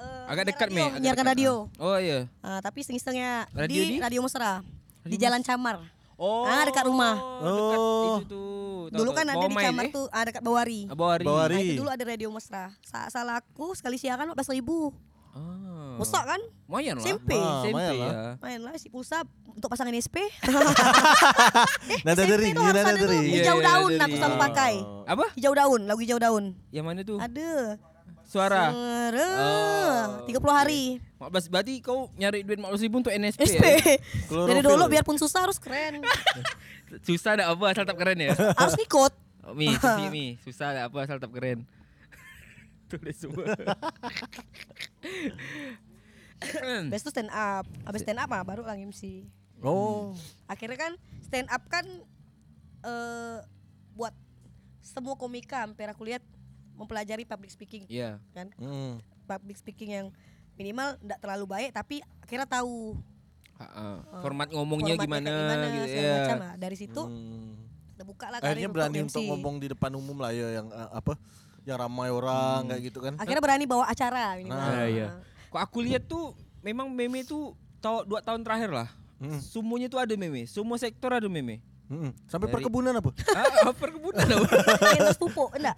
Speaker 4: eh,
Speaker 2: Agak
Speaker 4: punya
Speaker 2: dekat,
Speaker 4: radio,
Speaker 2: Mei, agak
Speaker 4: menyiarkan
Speaker 2: dekat.
Speaker 4: radio.
Speaker 2: Oh iya.
Speaker 4: Ah, tapi iseng-isengnya
Speaker 2: Radio
Speaker 4: di,
Speaker 2: di?
Speaker 4: Radio Mesra. Di Jalan Camar.
Speaker 2: Oh.
Speaker 4: Ah, dekat rumah.
Speaker 2: Dekat
Speaker 3: Oh.
Speaker 2: itu tuh. Tahu,
Speaker 4: Dulu
Speaker 2: tahu.
Speaker 4: kan ada di
Speaker 2: Bomai,
Speaker 4: Camar
Speaker 2: eh.
Speaker 4: tuh, ah, dekat Bawari.
Speaker 2: Bawari.
Speaker 3: Bawari.
Speaker 4: Nah, itu dulu ada radio mesra. Sa salah aku sekali siaran 14 ribu.
Speaker 2: Ah.
Speaker 4: Besar kan?
Speaker 2: Mayan lah.
Speaker 4: SMP.
Speaker 3: Wah,
Speaker 2: SMP
Speaker 3: mayan
Speaker 2: ya.
Speaker 3: lah.
Speaker 4: Main Ah, lah si pulsa untuk pasangan SP. eh,
Speaker 3: Nada
Speaker 4: SMP
Speaker 3: dering,
Speaker 4: tuh harus
Speaker 3: nada
Speaker 4: ada tuh
Speaker 3: dering.
Speaker 2: Iya,
Speaker 4: hijau
Speaker 2: iya,
Speaker 4: daun
Speaker 2: nada
Speaker 4: aku selalu
Speaker 2: dering.
Speaker 4: pakai.
Speaker 2: Apa?
Speaker 4: Hijau daun, lagu hijau daun.
Speaker 2: Yang mana tuh?
Speaker 4: Ada.
Speaker 2: Suara. Oh,
Speaker 4: Tiga 30 hari.
Speaker 2: 14 berarti kau nyari duit 14 ribu untuk NSP.
Speaker 4: SP.
Speaker 2: Ya?
Speaker 4: Dari dulu biarpun susah harus keren.
Speaker 2: Susah tak apa asal tak keren ya.
Speaker 4: harus ikut.
Speaker 2: Oh, mi, tapi mi, susah tak apa asal tak keren. Tulis semua. Hmm.
Speaker 4: Habis itu stand up. Habis stand up ah baru lah MC.
Speaker 3: Oh.
Speaker 4: Akhirnya kan stand up kan eh buat semua komika hampir aku lihat mempelajari public speaking
Speaker 2: Ya.
Speaker 4: kan.
Speaker 3: Mm.
Speaker 4: public speaking yang minimal tidak terlalu baik tapi akhirnya tahu
Speaker 2: Ha-ha.
Speaker 4: eh,
Speaker 2: Format ngomongnya gimana,
Speaker 4: formatnya kayak
Speaker 2: gitu
Speaker 4: segala
Speaker 2: ya.
Speaker 4: macam lah. dari situ
Speaker 3: Mm.
Speaker 4: terbuka lah karir
Speaker 3: Akhirnya berani
Speaker 4: untuk
Speaker 3: untuk
Speaker 4: MC.
Speaker 3: ngomong di depan umum lah ya yang eh, apa? Yang ramai orang
Speaker 2: Hmm.
Speaker 3: kayak gitu kan.
Speaker 4: akhirnya berani bawa acara minimal
Speaker 3: Ah,
Speaker 2: iya. Kok aku lihat tuh memang meme tuh tahu dua tahun terakhir lah.
Speaker 3: Mm.
Speaker 2: Semuanya tuh ada meme, semua sektor ada meme.
Speaker 3: Mm-mm. Hmm, Sampai
Speaker 2: Dari-
Speaker 3: perkebunan apa?
Speaker 2: ah, perkebunan apa?
Speaker 4: Endorse pupuk enggak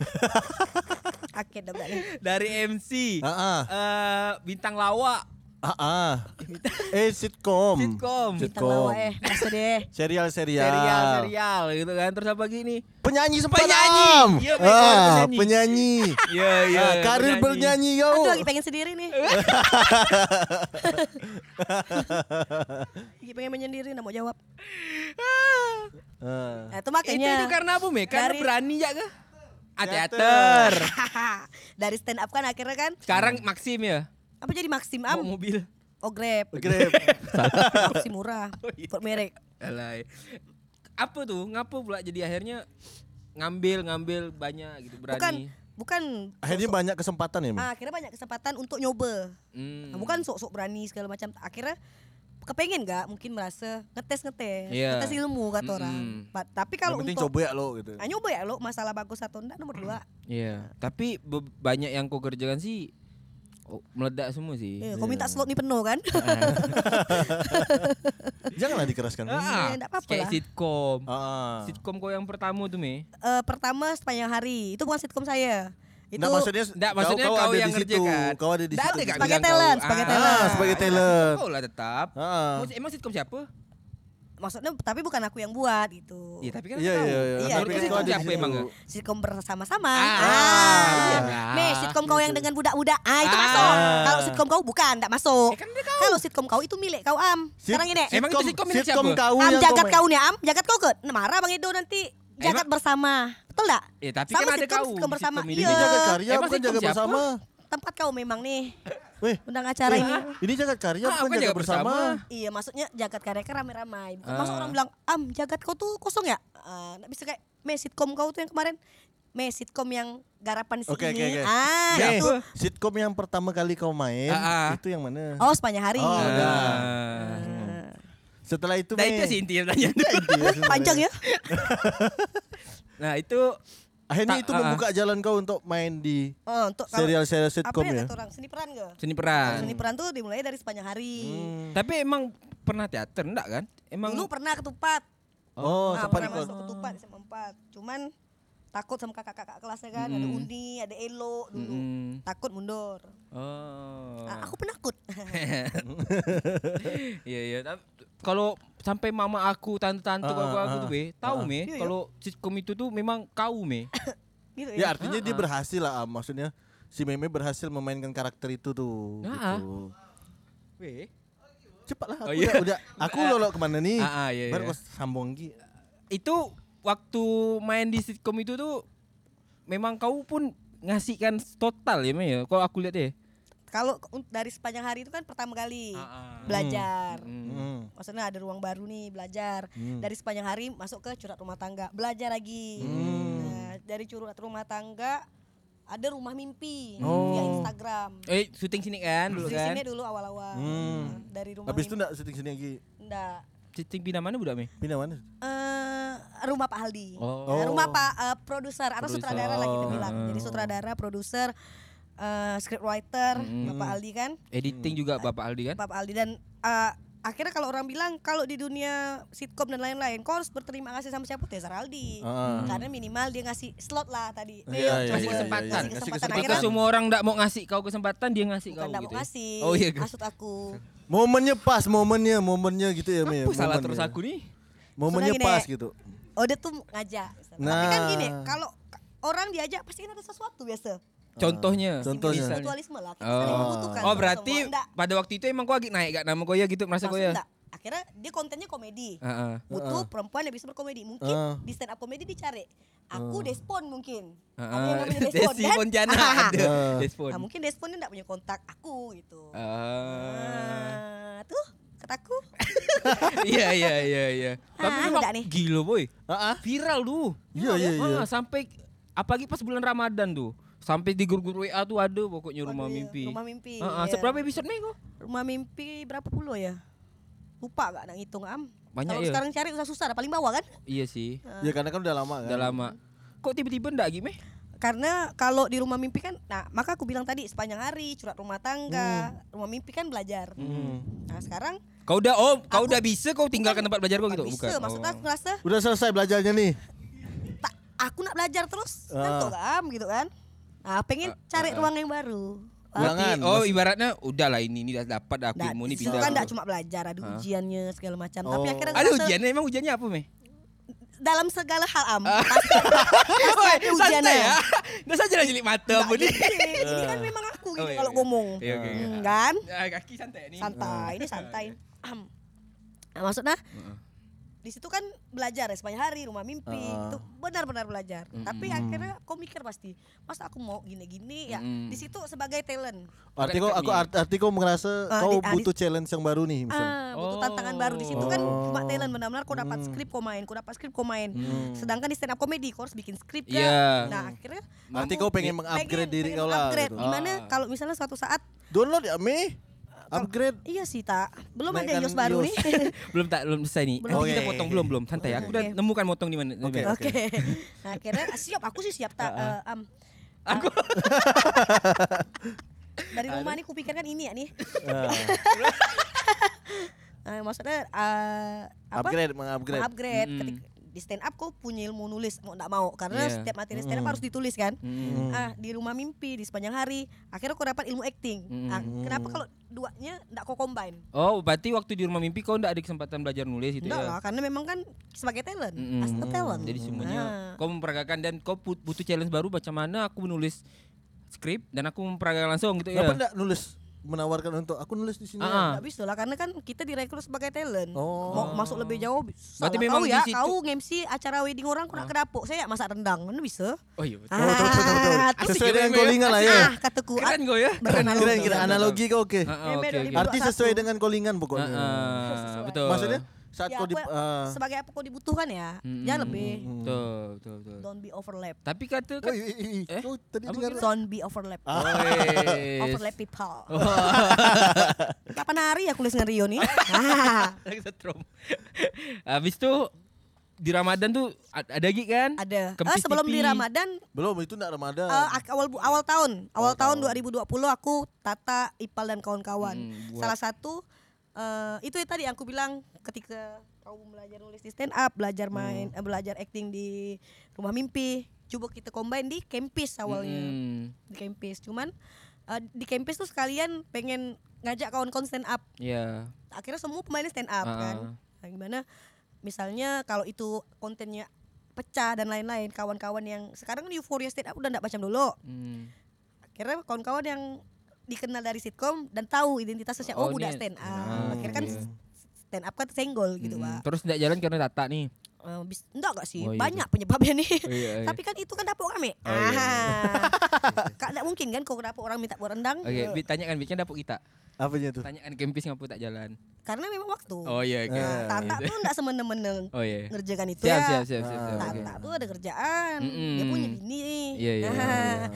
Speaker 4: akhirnya enggak nih
Speaker 2: Dari MC,
Speaker 3: Ah ah.
Speaker 2: eh, bintang lawak,
Speaker 3: Ah ah. Eh sitkom.
Speaker 2: Sitkom.
Speaker 4: bintang lawa eh masuk deh
Speaker 3: Serial serial.
Speaker 2: serial, serial gitu kan. Terus apa gini?
Speaker 3: Penyanyi sempat
Speaker 2: Penyanyi.
Speaker 3: Am.
Speaker 2: Iya, baik,
Speaker 3: ah,
Speaker 2: penyanyi.
Speaker 3: penyanyi.
Speaker 2: Iya, iya.
Speaker 3: Ah, karir bernyanyi kau.
Speaker 4: Aduh lagi pengen sendiri nih Lagi pengen menyendiri Nggak mau jawab
Speaker 3: Ah.
Speaker 4: Nah itu
Speaker 2: Itu,
Speaker 4: makanya
Speaker 2: itu karena apa, Me? Karena
Speaker 4: Dari-
Speaker 2: berani ya ke? Ah,
Speaker 3: Teater.
Speaker 2: teater.
Speaker 4: Dari stand up kan akhirnya kan
Speaker 2: Sekarang Maxim ya,
Speaker 4: Apa jadi Maxim
Speaker 2: bawa
Speaker 4: Am?
Speaker 2: mobil.
Speaker 4: Oh Grab
Speaker 3: Grab.
Speaker 4: Opsi murah. Buat merek.
Speaker 2: Alay. Apa tuh? Ngapa pula jadi akhirnya ngambil ngambil banyak gitu
Speaker 4: Bukan
Speaker 2: berani.
Speaker 4: bukan
Speaker 3: Akhirnya banyak kesempatan ya. Mi?
Speaker 4: ah, akhirnya banyak kesempatan untuk nyoba.
Speaker 2: Hmm.
Speaker 4: Nah, bukan sok-sok berani segala macam. Akhirnya kepengen nggak mungkin merasa ngetes-ngetes,
Speaker 2: Iya.
Speaker 4: ngetes ilmu kata
Speaker 2: Mm-mm.
Speaker 4: orang. Ba- Tapi kalau
Speaker 3: Yang penting
Speaker 4: untuk
Speaker 3: coba ya lo gitu.
Speaker 4: Ah, nyoba ya lo masalah bagus atau enggak nomor dua.
Speaker 2: Iya, tapi be- banyak yang kau kerjakan sih oh, meledak semua sih. Ah,
Speaker 4: Iya, kau minta slot nih penuh kan?
Speaker 3: Janganlah dikeraskan. Ah.
Speaker 2: Ah,
Speaker 4: Iya, ndak apa-apa
Speaker 2: kayak
Speaker 4: lah.
Speaker 2: sitkom.
Speaker 3: ah.
Speaker 2: Sitkom kau yang pertama tuh, Me.
Speaker 4: Eh, pertama sepanjang hari itu bukan sitkom saya. Itu
Speaker 3: Nggak,
Speaker 2: Nah,
Speaker 3: maksudnya
Speaker 2: Nggak, maksudnya kau
Speaker 3: ada
Speaker 2: yang
Speaker 3: di situ,
Speaker 2: ngerjakan.
Speaker 3: Kau ada di
Speaker 2: Nggak
Speaker 3: situ.
Speaker 2: ada nggak
Speaker 4: Sebagai
Speaker 2: bilang
Speaker 4: talent,
Speaker 2: kau.
Speaker 4: sebagai
Speaker 2: Ah,
Speaker 4: talent.
Speaker 3: sebagai
Speaker 2: iya, tapi
Speaker 3: talent.
Speaker 2: Kau lah tetap.
Speaker 3: Ah.
Speaker 2: Maksud- Emang sitkom siapa?
Speaker 4: maksudnya tapi bukan aku yang buat itu.
Speaker 2: Iya, tapi kan
Speaker 3: Iya
Speaker 2: aku
Speaker 3: iya
Speaker 2: tahu.
Speaker 3: iya.
Speaker 4: Iya,
Speaker 2: Menurut
Speaker 4: tapi
Speaker 2: kau
Speaker 4: kan
Speaker 2: sitkom
Speaker 4: kau ada di
Speaker 2: siapa
Speaker 3: situ. Oh.
Speaker 2: emang? ya? nggak?
Speaker 4: Sitkom bersama-sama.
Speaker 2: Ah, iya kan.
Speaker 4: Nih, sitkom kau yang dengan budak-budak. Ah, itu
Speaker 2: Ah.
Speaker 4: masuk. Kalau sitkom kau bukan, enggak masuk.
Speaker 2: Eh, kan dia kau.
Speaker 4: Kalau sitkom kau itu milik kau am.
Speaker 3: Sit-
Speaker 4: Sekarang ini.
Speaker 2: Emang itu sitkom milik
Speaker 3: sitkom
Speaker 2: siapa?
Speaker 3: kau
Speaker 4: am
Speaker 3: yang
Speaker 4: jagat
Speaker 3: komen.
Speaker 4: kau iya. nih am, jagat kau ke. Nah, marah Bang Edo nanti. Jagat bersama. Betul enggak?
Speaker 2: Eh, tapi
Speaker 4: Sama
Speaker 2: kan ada
Speaker 4: sitkom,
Speaker 2: kau.
Speaker 4: sitkom
Speaker 2: di
Speaker 4: bersama.
Speaker 2: sitkom ini.
Speaker 3: Ini
Speaker 4: Iya.
Speaker 3: jagat karya
Speaker 2: Emang
Speaker 3: bukan
Speaker 2: sitkom
Speaker 3: jaga
Speaker 2: siapa?
Speaker 3: bersama.
Speaker 4: Tempat kau memang nih.
Speaker 3: Weh,
Speaker 4: Undang acara
Speaker 2: Eh,
Speaker 4: ini.
Speaker 3: ini jagat karya
Speaker 2: Ah,
Speaker 3: bukan
Speaker 2: bukan
Speaker 3: jaga
Speaker 2: jaga bersama.
Speaker 3: bersama.
Speaker 4: Iya, maksudnya jagat karya kan ramai-ramai. Bukan
Speaker 2: Ah.
Speaker 4: masuk orang bilang, "Am, jagat kau tuh kosong ya?" Ah, nggak bisa kayak me sitkom kau tuh yang kemarin. Me sitkom yang garapan sini.
Speaker 3: Oke, oke, oke. Iya.
Speaker 4: Ah,
Speaker 2: Me.
Speaker 4: itu.
Speaker 2: Apa?
Speaker 3: Sitkom yang pertama kali kau main
Speaker 2: Ah, ah.
Speaker 3: itu yang mana?
Speaker 4: Oh, sepanjang hari.
Speaker 3: Oh, udah.
Speaker 2: Ah.
Speaker 4: Ah.
Speaker 3: Setelah itu
Speaker 2: Nah,
Speaker 3: Mi.
Speaker 2: itu sih intinya tanya.
Speaker 4: ya?
Speaker 3: Iya, sebenarnya.
Speaker 4: Panjang ya.
Speaker 2: Nah itu Tak,
Speaker 3: Akhirnya itu
Speaker 2: ah, ah.
Speaker 3: membuka jalan kau untuk main di
Speaker 4: Oh, untuk kalau-
Speaker 3: serial-serial
Speaker 4: apa
Speaker 3: sitcom
Speaker 4: ya
Speaker 3: ya.
Speaker 4: kata orang seni peran ke?
Speaker 2: seni peran.
Speaker 4: Seni peran tuh dimulai dari sepanjang hari.
Speaker 3: Hmm,
Speaker 2: Tapi emang pernah teater enggak kan? Emang
Speaker 4: Dulu pernah ketupat.
Speaker 3: Oh,
Speaker 4: Nah,
Speaker 3: tempat
Speaker 4: pernah
Speaker 3: ikut.
Speaker 4: masuk ketupat SMA 4. Cuman takut sama kakak-kakak kelasnya kan, ada
Speaker 3: Hmm.
Speaker 2: Mm.
Speaker 4: Uni, ada Elo dulu.
Speaker 2: Mm-mm.
Speaker 4: Takut mundur.
Speaker 2: Oh.
Speaker 4: Ah, aku penakut.
Speaker 2: Iya iya. Tapi Kalau sampai mama aku, tante-tante
Speaker 3: Ah,
Speaker 2: aku, aku
Speaker 3: ah,
Speaker 2: tuh be, tahu
Speaker 3: ah.
Speaker 2: me.
Speaker 4: Iya, iya.
Speaker 2: Kalau sitkom itu tuh memang kau me.
Speaker 4: gitu
Speaker 3: Ya
Speaker 4: ya.
Speaker 3: artinya
Speaker 2: Ah,
Speaker 3: dia
Speaker 2: ah.
Speaker 3: berhasil lah, ah. maksudnya si Meme berhasil memainkan karakter itu tuh.
Speaker 2: Ah, ah.
Speaker 3: Gitu.
Speaker 2: Weh.
Speaker 3: Cepatlah aku
Speaker 2: Oh, iya.
Speaker 3: udah, udah. Aku lolok kemana nih?
Speaker 2: Ah, ah, iya, iya.
Speaker 3: Baru kau sambung lagi.
Speaker 2: Itu waktu main di sitkom itu tuh memang kau pun ngasihkan total ya me ya. Kalau aku lihat ya.
Speaker 4: Kalau un- dari sepanjang hari itu kan pertama kali
Speaker 2: Ah, ah.
Speaker 4: belajar.
Speaker 2: Mm.
Speaker 3: Hmm.
Speaker 4: Maksudnya ada ruang baru nih belajar.
Speaker 3: Hmm.
Speaker 4: Dari sepanjang hari masuk ke curhat rumah tangga, belajar lagi.
Speaker 2: Hmm.
Speaker 4: Nah, dari curhat rumah tangga ada rumah mimpi
Speaker 3: Oh.
Speaker 4: via Instagram.
Speaker 2: Eh syuting sini kan dulu
Speaker 4: Di
Speaker 2: kan.
Speaker 4: sini dulu awal-awal.
Speaker 3: Hmm.
Speaker 4: Nah, Dari rumah
Speaker 3: Habis itu
Speaker 4: mimpi.
Speaker 3: enggak syuting sini lagi.
Speaker 4: Nggak.
Speaker 2: Syuting pindah mana budak me?
Speaker 3: Pindah mana?
Speaker 4: eh rumah Pak Aldi.
Speaker 2: Oh.
Speaker 4: Eh, rumah Pak eh, produser atau
Speaker 2: Produser.
Speaker 4: sutradara lah kita
Speaker 2: Oh.
Speaker 4: bilang. Jadi sutradara, produser, eh scriptwriter,
Speaker 2: Mm-mm.
Speaker 4: Bapak Aldi kan,
Speaker 2: Editing juga Bapak Aldi kan?
Speaker 4: Bapak Aldi dan eh, akhirnya kalau orang bilang kalau di dunia sitkom dan lain-lain, kau harus berterima kasih sama siapa? Tezar Aldi.
Speaker 3: Ah.
Speaker 4: Karena minimal dia ngasih slot lah tadi.
Speaker 3: Iya, iya,
Speaker 4: Ngasih
Speaker 2: iya,
Speaker 4: kesempatan.
Speaker 2: iya, iya.
Speaker 3: Ngasih
Speaker 4: Ngasih kesempatan.
Speaker 2: Maka
Speaker 4: Akhirnya
Speaker 2: semua orang tidak mau ngasih kau kesempatan dia ngasih
Speaker 4: bukan
Speaker 2: kau
Speaker 4: nggak
Speaker 2: gitu.
Speaker 4: mau ngasih.
Speaker 2: Ya? Oh iya.
Speaker 4: Maksud aku.
Speaker 3: Momennya pas, momennya, momennya gitu ya, Meme.
Speaker 2: Apa salah
Speaker 3: momennya.
Speaker 2: terus aku nih?
Speaker 3: Ah, Momennya
Speaker 4: Maksudnya
Speaker 3: pas
Speaker 4: gini,
Speaker 3: gitu.
Speaker 4: Oh dia tuh ngajak. Tapi kan
Speaker 3: Nah.
Speaker 4: gini, kalau orang diajak pasti kan ada sesuatu biasa.
Speaker 2: Contohnya.
Speaker 3: Contohnya.
Speaker 2: Misalnya.
Speaker 4: mutualisme lah kita saling
Speaker 2: iya. Oh.
Speaker 4: membutuhkan
Speaker 2: oh
Speaker 4: sama
Speaker 2: berarti
Speaker 4: semua. Nggak,
Speaker 2: pada waktu itu emang kau agak naik gak nama kau ya gitu merasa kau
Speaker 4: maksudnya
Speaker 2: ya?
Speaker 4: nggak. akhirnya dia kontennya komedi
Speaker 2: Heeh.
Speaker 4: butuh perempuan yang bisa berkomedi mungkin
Speaker 3: Ah.
Speaker 4: di stand up komedi dicari aku Despon mungkin Ada yang
Speaker 2: Heeh.
Speaker 4: namanya Despon
Speaker 2: Desi
Speaker 4: kan?
Speaker 2: Pontianak
Speaker 4: Ah.
Speaker 2: ada.
Speaker 3: Ah.
Speaker 2: Despon.
Speaker 4: Nah, mungkin Despon dia nggak punya kontak aku gitu
Speaker 2: Ah.
Speaker 4: Nah, tuh kataku
Speaker 2: Iya iya iya iya. Tapi
Speaker 4: Ah,
Speaker 2: memang
Speaker 4: nggak nih.
Speaker 2: gilo boy.
Speaker 3: Ah, ah.
Speaker 2: Viral tuh.
Speaker 3: Iya, iya, iya.
Speaker 2: Ah, sampai apalagi pas bulan Ramadan tuh. Sampai di grup-grup WA tuh ada pokoknya rumah
Speaker 4: Waduh, iya.
Speaker 2: mimpi.
Speaker 4: Rumah Mimpi,
Speaker 2: Ah, ah.
Speaker 4: iya.
Speaker 2: Seberapa episode nih kau?
Speaker 4: rumah mimpi berapa puluh ya lupa gak nak ngitung am
Speaker 2: Banyak
Speaker 4: kalau
Speaker 2: ya?
Speaker 4: sekarang cari usah susah dah, paling bawah kan
Speaker 2: Iya sih.
Speaker 3: Ya karena kan udah lama kan.
Speaker 2: Udah lama. Kok tiba-tiba ndak gitu meh?
Speaker 4: karena kalau di rumah mimpi kan nah maka aku bilang tadi sepanjang hari curhat rumah
Speaker 2: Hmm.
Speaker 4: tangga rumah mimpi kan belajar nah sekarang
Speaker 2: Kau udah oh, kau udah bisa kau tinggalkan tempat belajar kau
Speaker 4: Bukan
Speaker 2: gitu?
Speaker 4: kan bisa, maksudnya kan
Speaker 2: Oh.
Speaker 4: aku ngerasa
Speaker 3: Udah selesai belajarnya nih.
Speaker 4: tak aku nak belajar terus
Speaker 3: Ah.
Speaker 4: ngantuk kan gitu kan nah pengen
Speaker 2: Ah,
Speaker 4: cari ruang yang baru
Speaker 3: Ulangan,
Speaker 2: Berarti- oh ibaratnya udahlah ini ini dah dapat dah aku
Speaker 4: Nah,
Speaker 2: ilmu ini
Speaker 4: di situ
Speaker 2: pindah. Ah.
Speaker 4: kan tidak cuma belajar ada ujiannya segala macam tapi
Speaker 3: Oh.
Speaker 4: akhirnya
Speaker 2: Ada
Speaker 4: ngerasa
Speaker 2: ujiannya emang ujiannya apa meh?
Speaker 4: dalam segala hal am pasti pasti ada ujiannya
Speaker 2: Ah. Santai ya. Dah saja lah jelik mata apa
Speaker 4: Ini,
Speaker 2: ni.
Speaker 4: ini kan memang aku
Speaker 2: Oh,
Speaker 4: gitu
Speaker 2: iya,
Speaker 4: kalau
Speaker 2: iya.
Speaker 4: ngomong
Speaker 2: Iya, oke, oke.
Speaker 4: Hmm, kan
Speaker 2: Ah, kaki santai
Speaker 3: Iya.
Speaker 2: ni.
Speaker 4: santai ini santai Am. nah, maksudnya di situ kan belajar ya sepanjang hari rumah mimpi
Speaker 3: Ah.
Speaker 4: itu benar-benar belajar tapi akhirnya kau mikir pasti masa aku mau gini-gini ya
Speaker 2: Mm.
Speaker 4: di situ sebagai talent
Speaker 3: Arti kau aku
Speaker 2: Bukan
Speaker 3: arti kau merasa
Speaker 4: Ah,
Speaker 3: kau
Speaker 4: di- ah, di-
Speaker 3: butuh challenge yang baru nih misalnya.
Speaker 4: ah butuh tantangan baru di situ kan cuma
Speaker 3: Oh.
Speaker 4: talent benar-benar kau dapat skrip kau main kau dapat skrip kau main
Speaker 3: Mm.
Speaker 4: sedangkan di stand up comedy kau harus bikin skrip kan
Speaker 2: Iya.
Speaker 4: nah akhirnya
Speaker 3: Arti kau pengen mengupgrade diri kau lah.
Speaker 4: upgrade.
Speaker 3: gitu.
Speaker 2: Ah.
Speaker 4: gimana kalau misalnya suatu saat
Speaker 3: Download ya Me. Upgrade.
Speaker 4: iya sih tak belum ada
Speaker 3: Naikkan
Speaker 4: iOS
Speaker 3: iOS.
Speaker 4: baru nih
Speaker 2: belum tak belum selesai ni.
Speaker 4: Belum.
Speaker 2: Nanti kita
Speaker 3: Oke.
Speaker 2: potong belum belum santai. Aku dah
Speaker 4: Oke.
Speaker 2: nemukan motong di mana. Oke.
Speaker 4: Oke. Nah, akhirnya ah, siap aku sih siap tak eh, am.
Speaker 2: Aku
Speaker 4: Dari rumah nih kupikirkan ini ya nih. Eh, maksudnya eh, apa?
Speaker 3: Ah, Upgrade, mengupgrade.
Speaker 4: Upgrade.
Speaker 2: Mm.
Speaker 4: Ketika- di stand up kau punya ilmu nulis mau enggak mau karena
Speaker 2: Iya.
Speaker 4: setiap materi stand up harus ditulis kan.
Speaker 2: Mm.
Speaker 4: Ah, di rumah mimpi di sepanjang hari akhirnya kau dapat ilmu acting.
Speaker 2: Hmm.
Speaker 4: Ah, kenapa kalau duanya enggak kau combine?
Speaker 2: Oh, berarti waktu di rumah mimpi kau ndak ada kesempatan belajar nulis itu
Speaker 4: Enggak
Speaker 2: ya?
Speaker 4: lah, karena memang kan sebagai talent,
Speaker 2: Mm-mm.
Speaker 4: as a talent.
Speaker 2: Jadi semuanya
Speaker 4: Ah.
Speaker 2: kau memperagakan dan kau put- butuh challenge baru macam mana aku menulis skrip dan aku memperagakan langsung gitu ya.
Speaker 3: Kenapa enggak nulis menawarkan untuk aku nulis di sini? ya."
Speaker 2: Ah, ah.
Speaker 4: Nggak bisa lah karena kan kita direkrut sebagai talent.
Speaker 3: Oh.
Speaker 4: Mau masuk lebih jauh bisa.
Speaker 2: Berarti
Speaker 4: Berarti
Speaker 2: memang
Speaker 4: kau
Speaker 2: di
Speaker 4: ya,
Speaker 2: situ- Ah.
Speaker 4: kau MC acara wedding orang kau nak ke dapur. Saya nak masak rendang, mana bisa.
Speaker 2: Oh iya. betul.
Speaker 4: Ah,
Speaker 3: betul, betul, betul, betul.
Speaker 4: terus
Speaker 3: Sesuai
Speaker 4: juga
Speaker 3: dengan
Speaker 4: memang-
Speaker 3: callingan lah ya.
Speaker 4: Ah, kataku.
Speaker 2: Keren kau ya.
Speaker 4: Keren,
Speaker 2: Kau.
Speaker 3: Keren kira ah. gitu. analogi iya. kau oke.
Speaker 2: Ah, ah, oke,
Speaker 4: Meme
Speaker 2: oke.
Speaker 4: 2021.
Speaker 3: Arti sesuai dengan callingan pokoknya.
Speaker 2: Ah, ah, betul.
Speaker 3: Maksudnya saat kau
Speaker 4: Ya,
Speaker 3: di
Speaker 4: apa-
Speaker 3: ah. Hmm.
Speaker 4: sebagai apa kau dibutuhkan ya?
Speaker 2: Hmm.
Speaker 4: Jangan lebih.
Speaker 2: Betul, betul, betul.
Speaker 4: Don't be overlap.
Speaker 2: Tapi kata
Speaker 3: Oh,
Speaker 2: kan.
Speaker 3: iya, iya, iya.
Speaker 2: Eh?
Speaker 3: Kau tadi
Speaker 2: Apa
Speaker 3: dengar
Speaker 4: Don't be overlap.
Speaker 3: Ah.
Speaker 2: Wes. Oh.
Speaker 4: Overlap people. Kapan hari ya kulis dengan Rio nih? Ah.
Speaker 2: Lagi setrum. Habis itu di Ramadan tuh a- ada gig kan?
Speaker 4: Ada. Ah,
Speaker 2: Kempis
Speaker 4: sebelum di
Speaker 2: TV.
Speaker 4: Ramadan
Speaker 3: Belum itu enggak Ramadan.
Speaker 4: eh, ak- awal bu- awal tahun,
Speaker 3: Awal
Speaker 4: awal tahun
Speaker 3: tahun.
Speaker 4: 2020 aku Tata, Ipal dan kawan-kawan.
Speaker 2: Hmm, buat-
Speaker 4: Salah satu eh, itu yang tadi yang aku bilang ketika kau belajar nulis di stand up, belajar
Speaker 2: Hmm.
Speaker 4: main, eh, belajar acting di Rumah Mimpi. Coba kita combine di Kempis awalnya.
Speaker 2: Mm-mm.
Speaker 4: Di Kempis. Cuman eh, di Kempis tuh sekalian pengen ngajak kawan-kawan stand up.
Speaker 2: Ya.
Speaker 4: Akhirnya semua pemainnya stand up
Speaker 2: Ah.
Speaker 4: kan. Nah, gimana misalnya kalau itu kontennya pecah dan lain-lain kawan-kawan yang sekarang di Euphoria State aku udah nggak baca dulu
Speaker 2: Mm.
Speaker 4: akhirnya kawan-kawan yang dikenal dari sitkom dan tahu identitas sosial oh,
Speaker 2: Oh,
Speaker 4: budak
Speaker 2: ini-
Speaker 4: stand up
Speaker 2: Ah,
Speaker 4: akhirnya kan
Speaker 2: iya.
Speaker 4: stand up kan senggol gitu
Speaker 2: Mm.
Speaker 4: pak
Speaker 2: Terus enggak jalan karena Tata nih.
Speaker 4: Eh, bis- enggak enggak sih
Speaker 2: Oh, iya,
Speaker 4: banyak penyebabnya nih
Speaker 2: Oh, iya, iya.
Speaker 4: tapi kan itu kan dapur kami
Speaker 2: Oh, iya, iya.
Speaker 4: ah kak enggak mungkin kan kalau dapur orang minta buat rendang Eh,
Speaker 2: Oke, Bit, tanyakan Bitnya dapur kita.
Speaker 3: Apanya tuh?
Speaker 2: Tanyakan Kempis ngapa tak jalan.
Speaker 4: karena memang waktu
Speaker 2: Oh iya, oke.
Speaker 4: Nah, tata
Speaker 2: Gitu.
Speaker 4: tuh enggak semena-mena
Speaker 2: Oh iya.
Speaker 4: ngerjakan itu
Speaker 2: Siap,
Speaker 4: ya
Speaker 2: siap, siap, siap, siap.
Speaker 4: Tata
Speaker 2: oke.
Speaker 4: tuh ada kerjaan, dia
Speaker 2: Mm-mm.
Speaker 4: punya bini.
Speaker 2: Iya, iya, iya,
Speaker 4: Nah,
Speaker 3: Ah.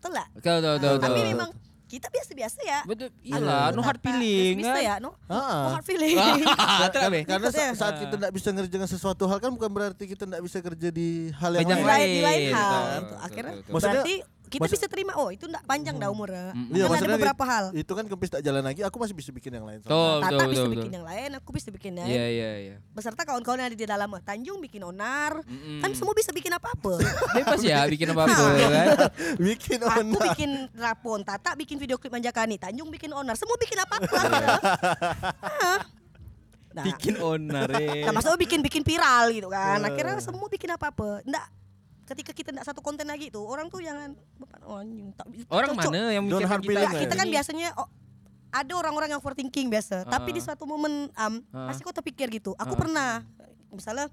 Speaker 4: Betul lah.
Speaker 2: Tahu tahu tahu
Speaker 4: Tapi
Speaker 2: tahu.
Speaker 4: memang kita biasa-biasa ya.
Speaker 2: Betul, iyalah, no hard
Speaker 4: Betapa
Speaker 2: feeling
Speaker 4: pessimista
Speaker 2: kan.
Speaker 4: ya, no,
Speaker 3: Ah.
Speaker 4: no hard feeling.
Speaker 2: Ah, tak
Speaker 3: Kan-
Speaker 2: apa.
Speaker 3: karena
Speaker 4: Ikut ya.
Speaker 3: sa- saat kita tidak bisa ngerjakan sesuatu hal kan bukan berarti kita tidak bisa kerja di hal yang
Speaker 2: Banyak
Speaker 4: di
Speaker 3: lain.
Speaker 4: lain, di lain
Speaker 2: lain.
Speaker 4: hal.
Speaker 2: Betul,
Speaker 4: gitu.
Speaker 2: betul,
Speaker 4: Akhirnya
Speaker 2: betul, Hmm. betul.
Speaker 3: Maksudnya-
Speaker 4: berarti kita
Speaker 3: maksud-
Speaker 4: bisa terima, oh itu enggak panjang dah umurnya.
Speaker 2: Mm-mm.
Speaker 4: Kan ada
Speaker 3: maksudnya
Speaker 4: beberapa hal.
Speaker 3: Itu kan kempis tak jalan lagi, aku masih bisa bikin yang lain.
Speaker 2: Iya, Betul,
Speaker 4: Tata
Speaker 2: betul,
Speaker 4: bisa
Speaker 2: betul,
Speaker 4: bikin
Speaker 2: betul.
Speaker 4: yang lain, aku bisa bikin yang
Speaker 2: Iya
Speaker 4: lain.
Speaker 2: iya iya.
Speaker 4: Beserta kawan-kawan yang ada di dalamnya. Tanjung bikin onar,
Speaker 2: Mm-mm.
Speaker 4: kan semua bisa bikin apa-apa.
Speaker 2: Bebas ya Hmm. bikin apa-apa kan.
Speaker 3: bikin
Speaker 4: Aku
Speaker 3: onar.
Speaker 4: bikin rapon, Tata bikin video klip Manjakani, Tanjung bikin onar, semua bikin apa-apa.
Speaker 2: Iya.
Speaker 4: Hah? nah,
Speaker 2: Bikin onar. eh.
Speaker 4: Nah, maksudnya bikin bikin viral gitu kan.
Speaker 2: Iya.
Speaker 4: Akhirnya semua bikin apa-apa. Ndak ketika kita ndak satu konten lagi tuh, orang tuh jangan beban oh, anjing tak
Speaker 2: Orang mana
Speaker 4: cocok.
Speaker 2: Iya, yang
Speaker 3: Don't
Speaker 2: mikir
Speaker 3: hard
Speaker 4: Nggak,
Speaker 3: feeling
Speaker 4: kita kan biasanya oh, ada orang-orang yang overthinking biasa,
Speaker 2: Ah.
Speaker 4: tapi di suatu momen am
Speaker 2: Ah.
Speaker 4: pasti kau terpikir gitu. Aku
Speaker 2: Ah.
Speaker 4: pernah misalnya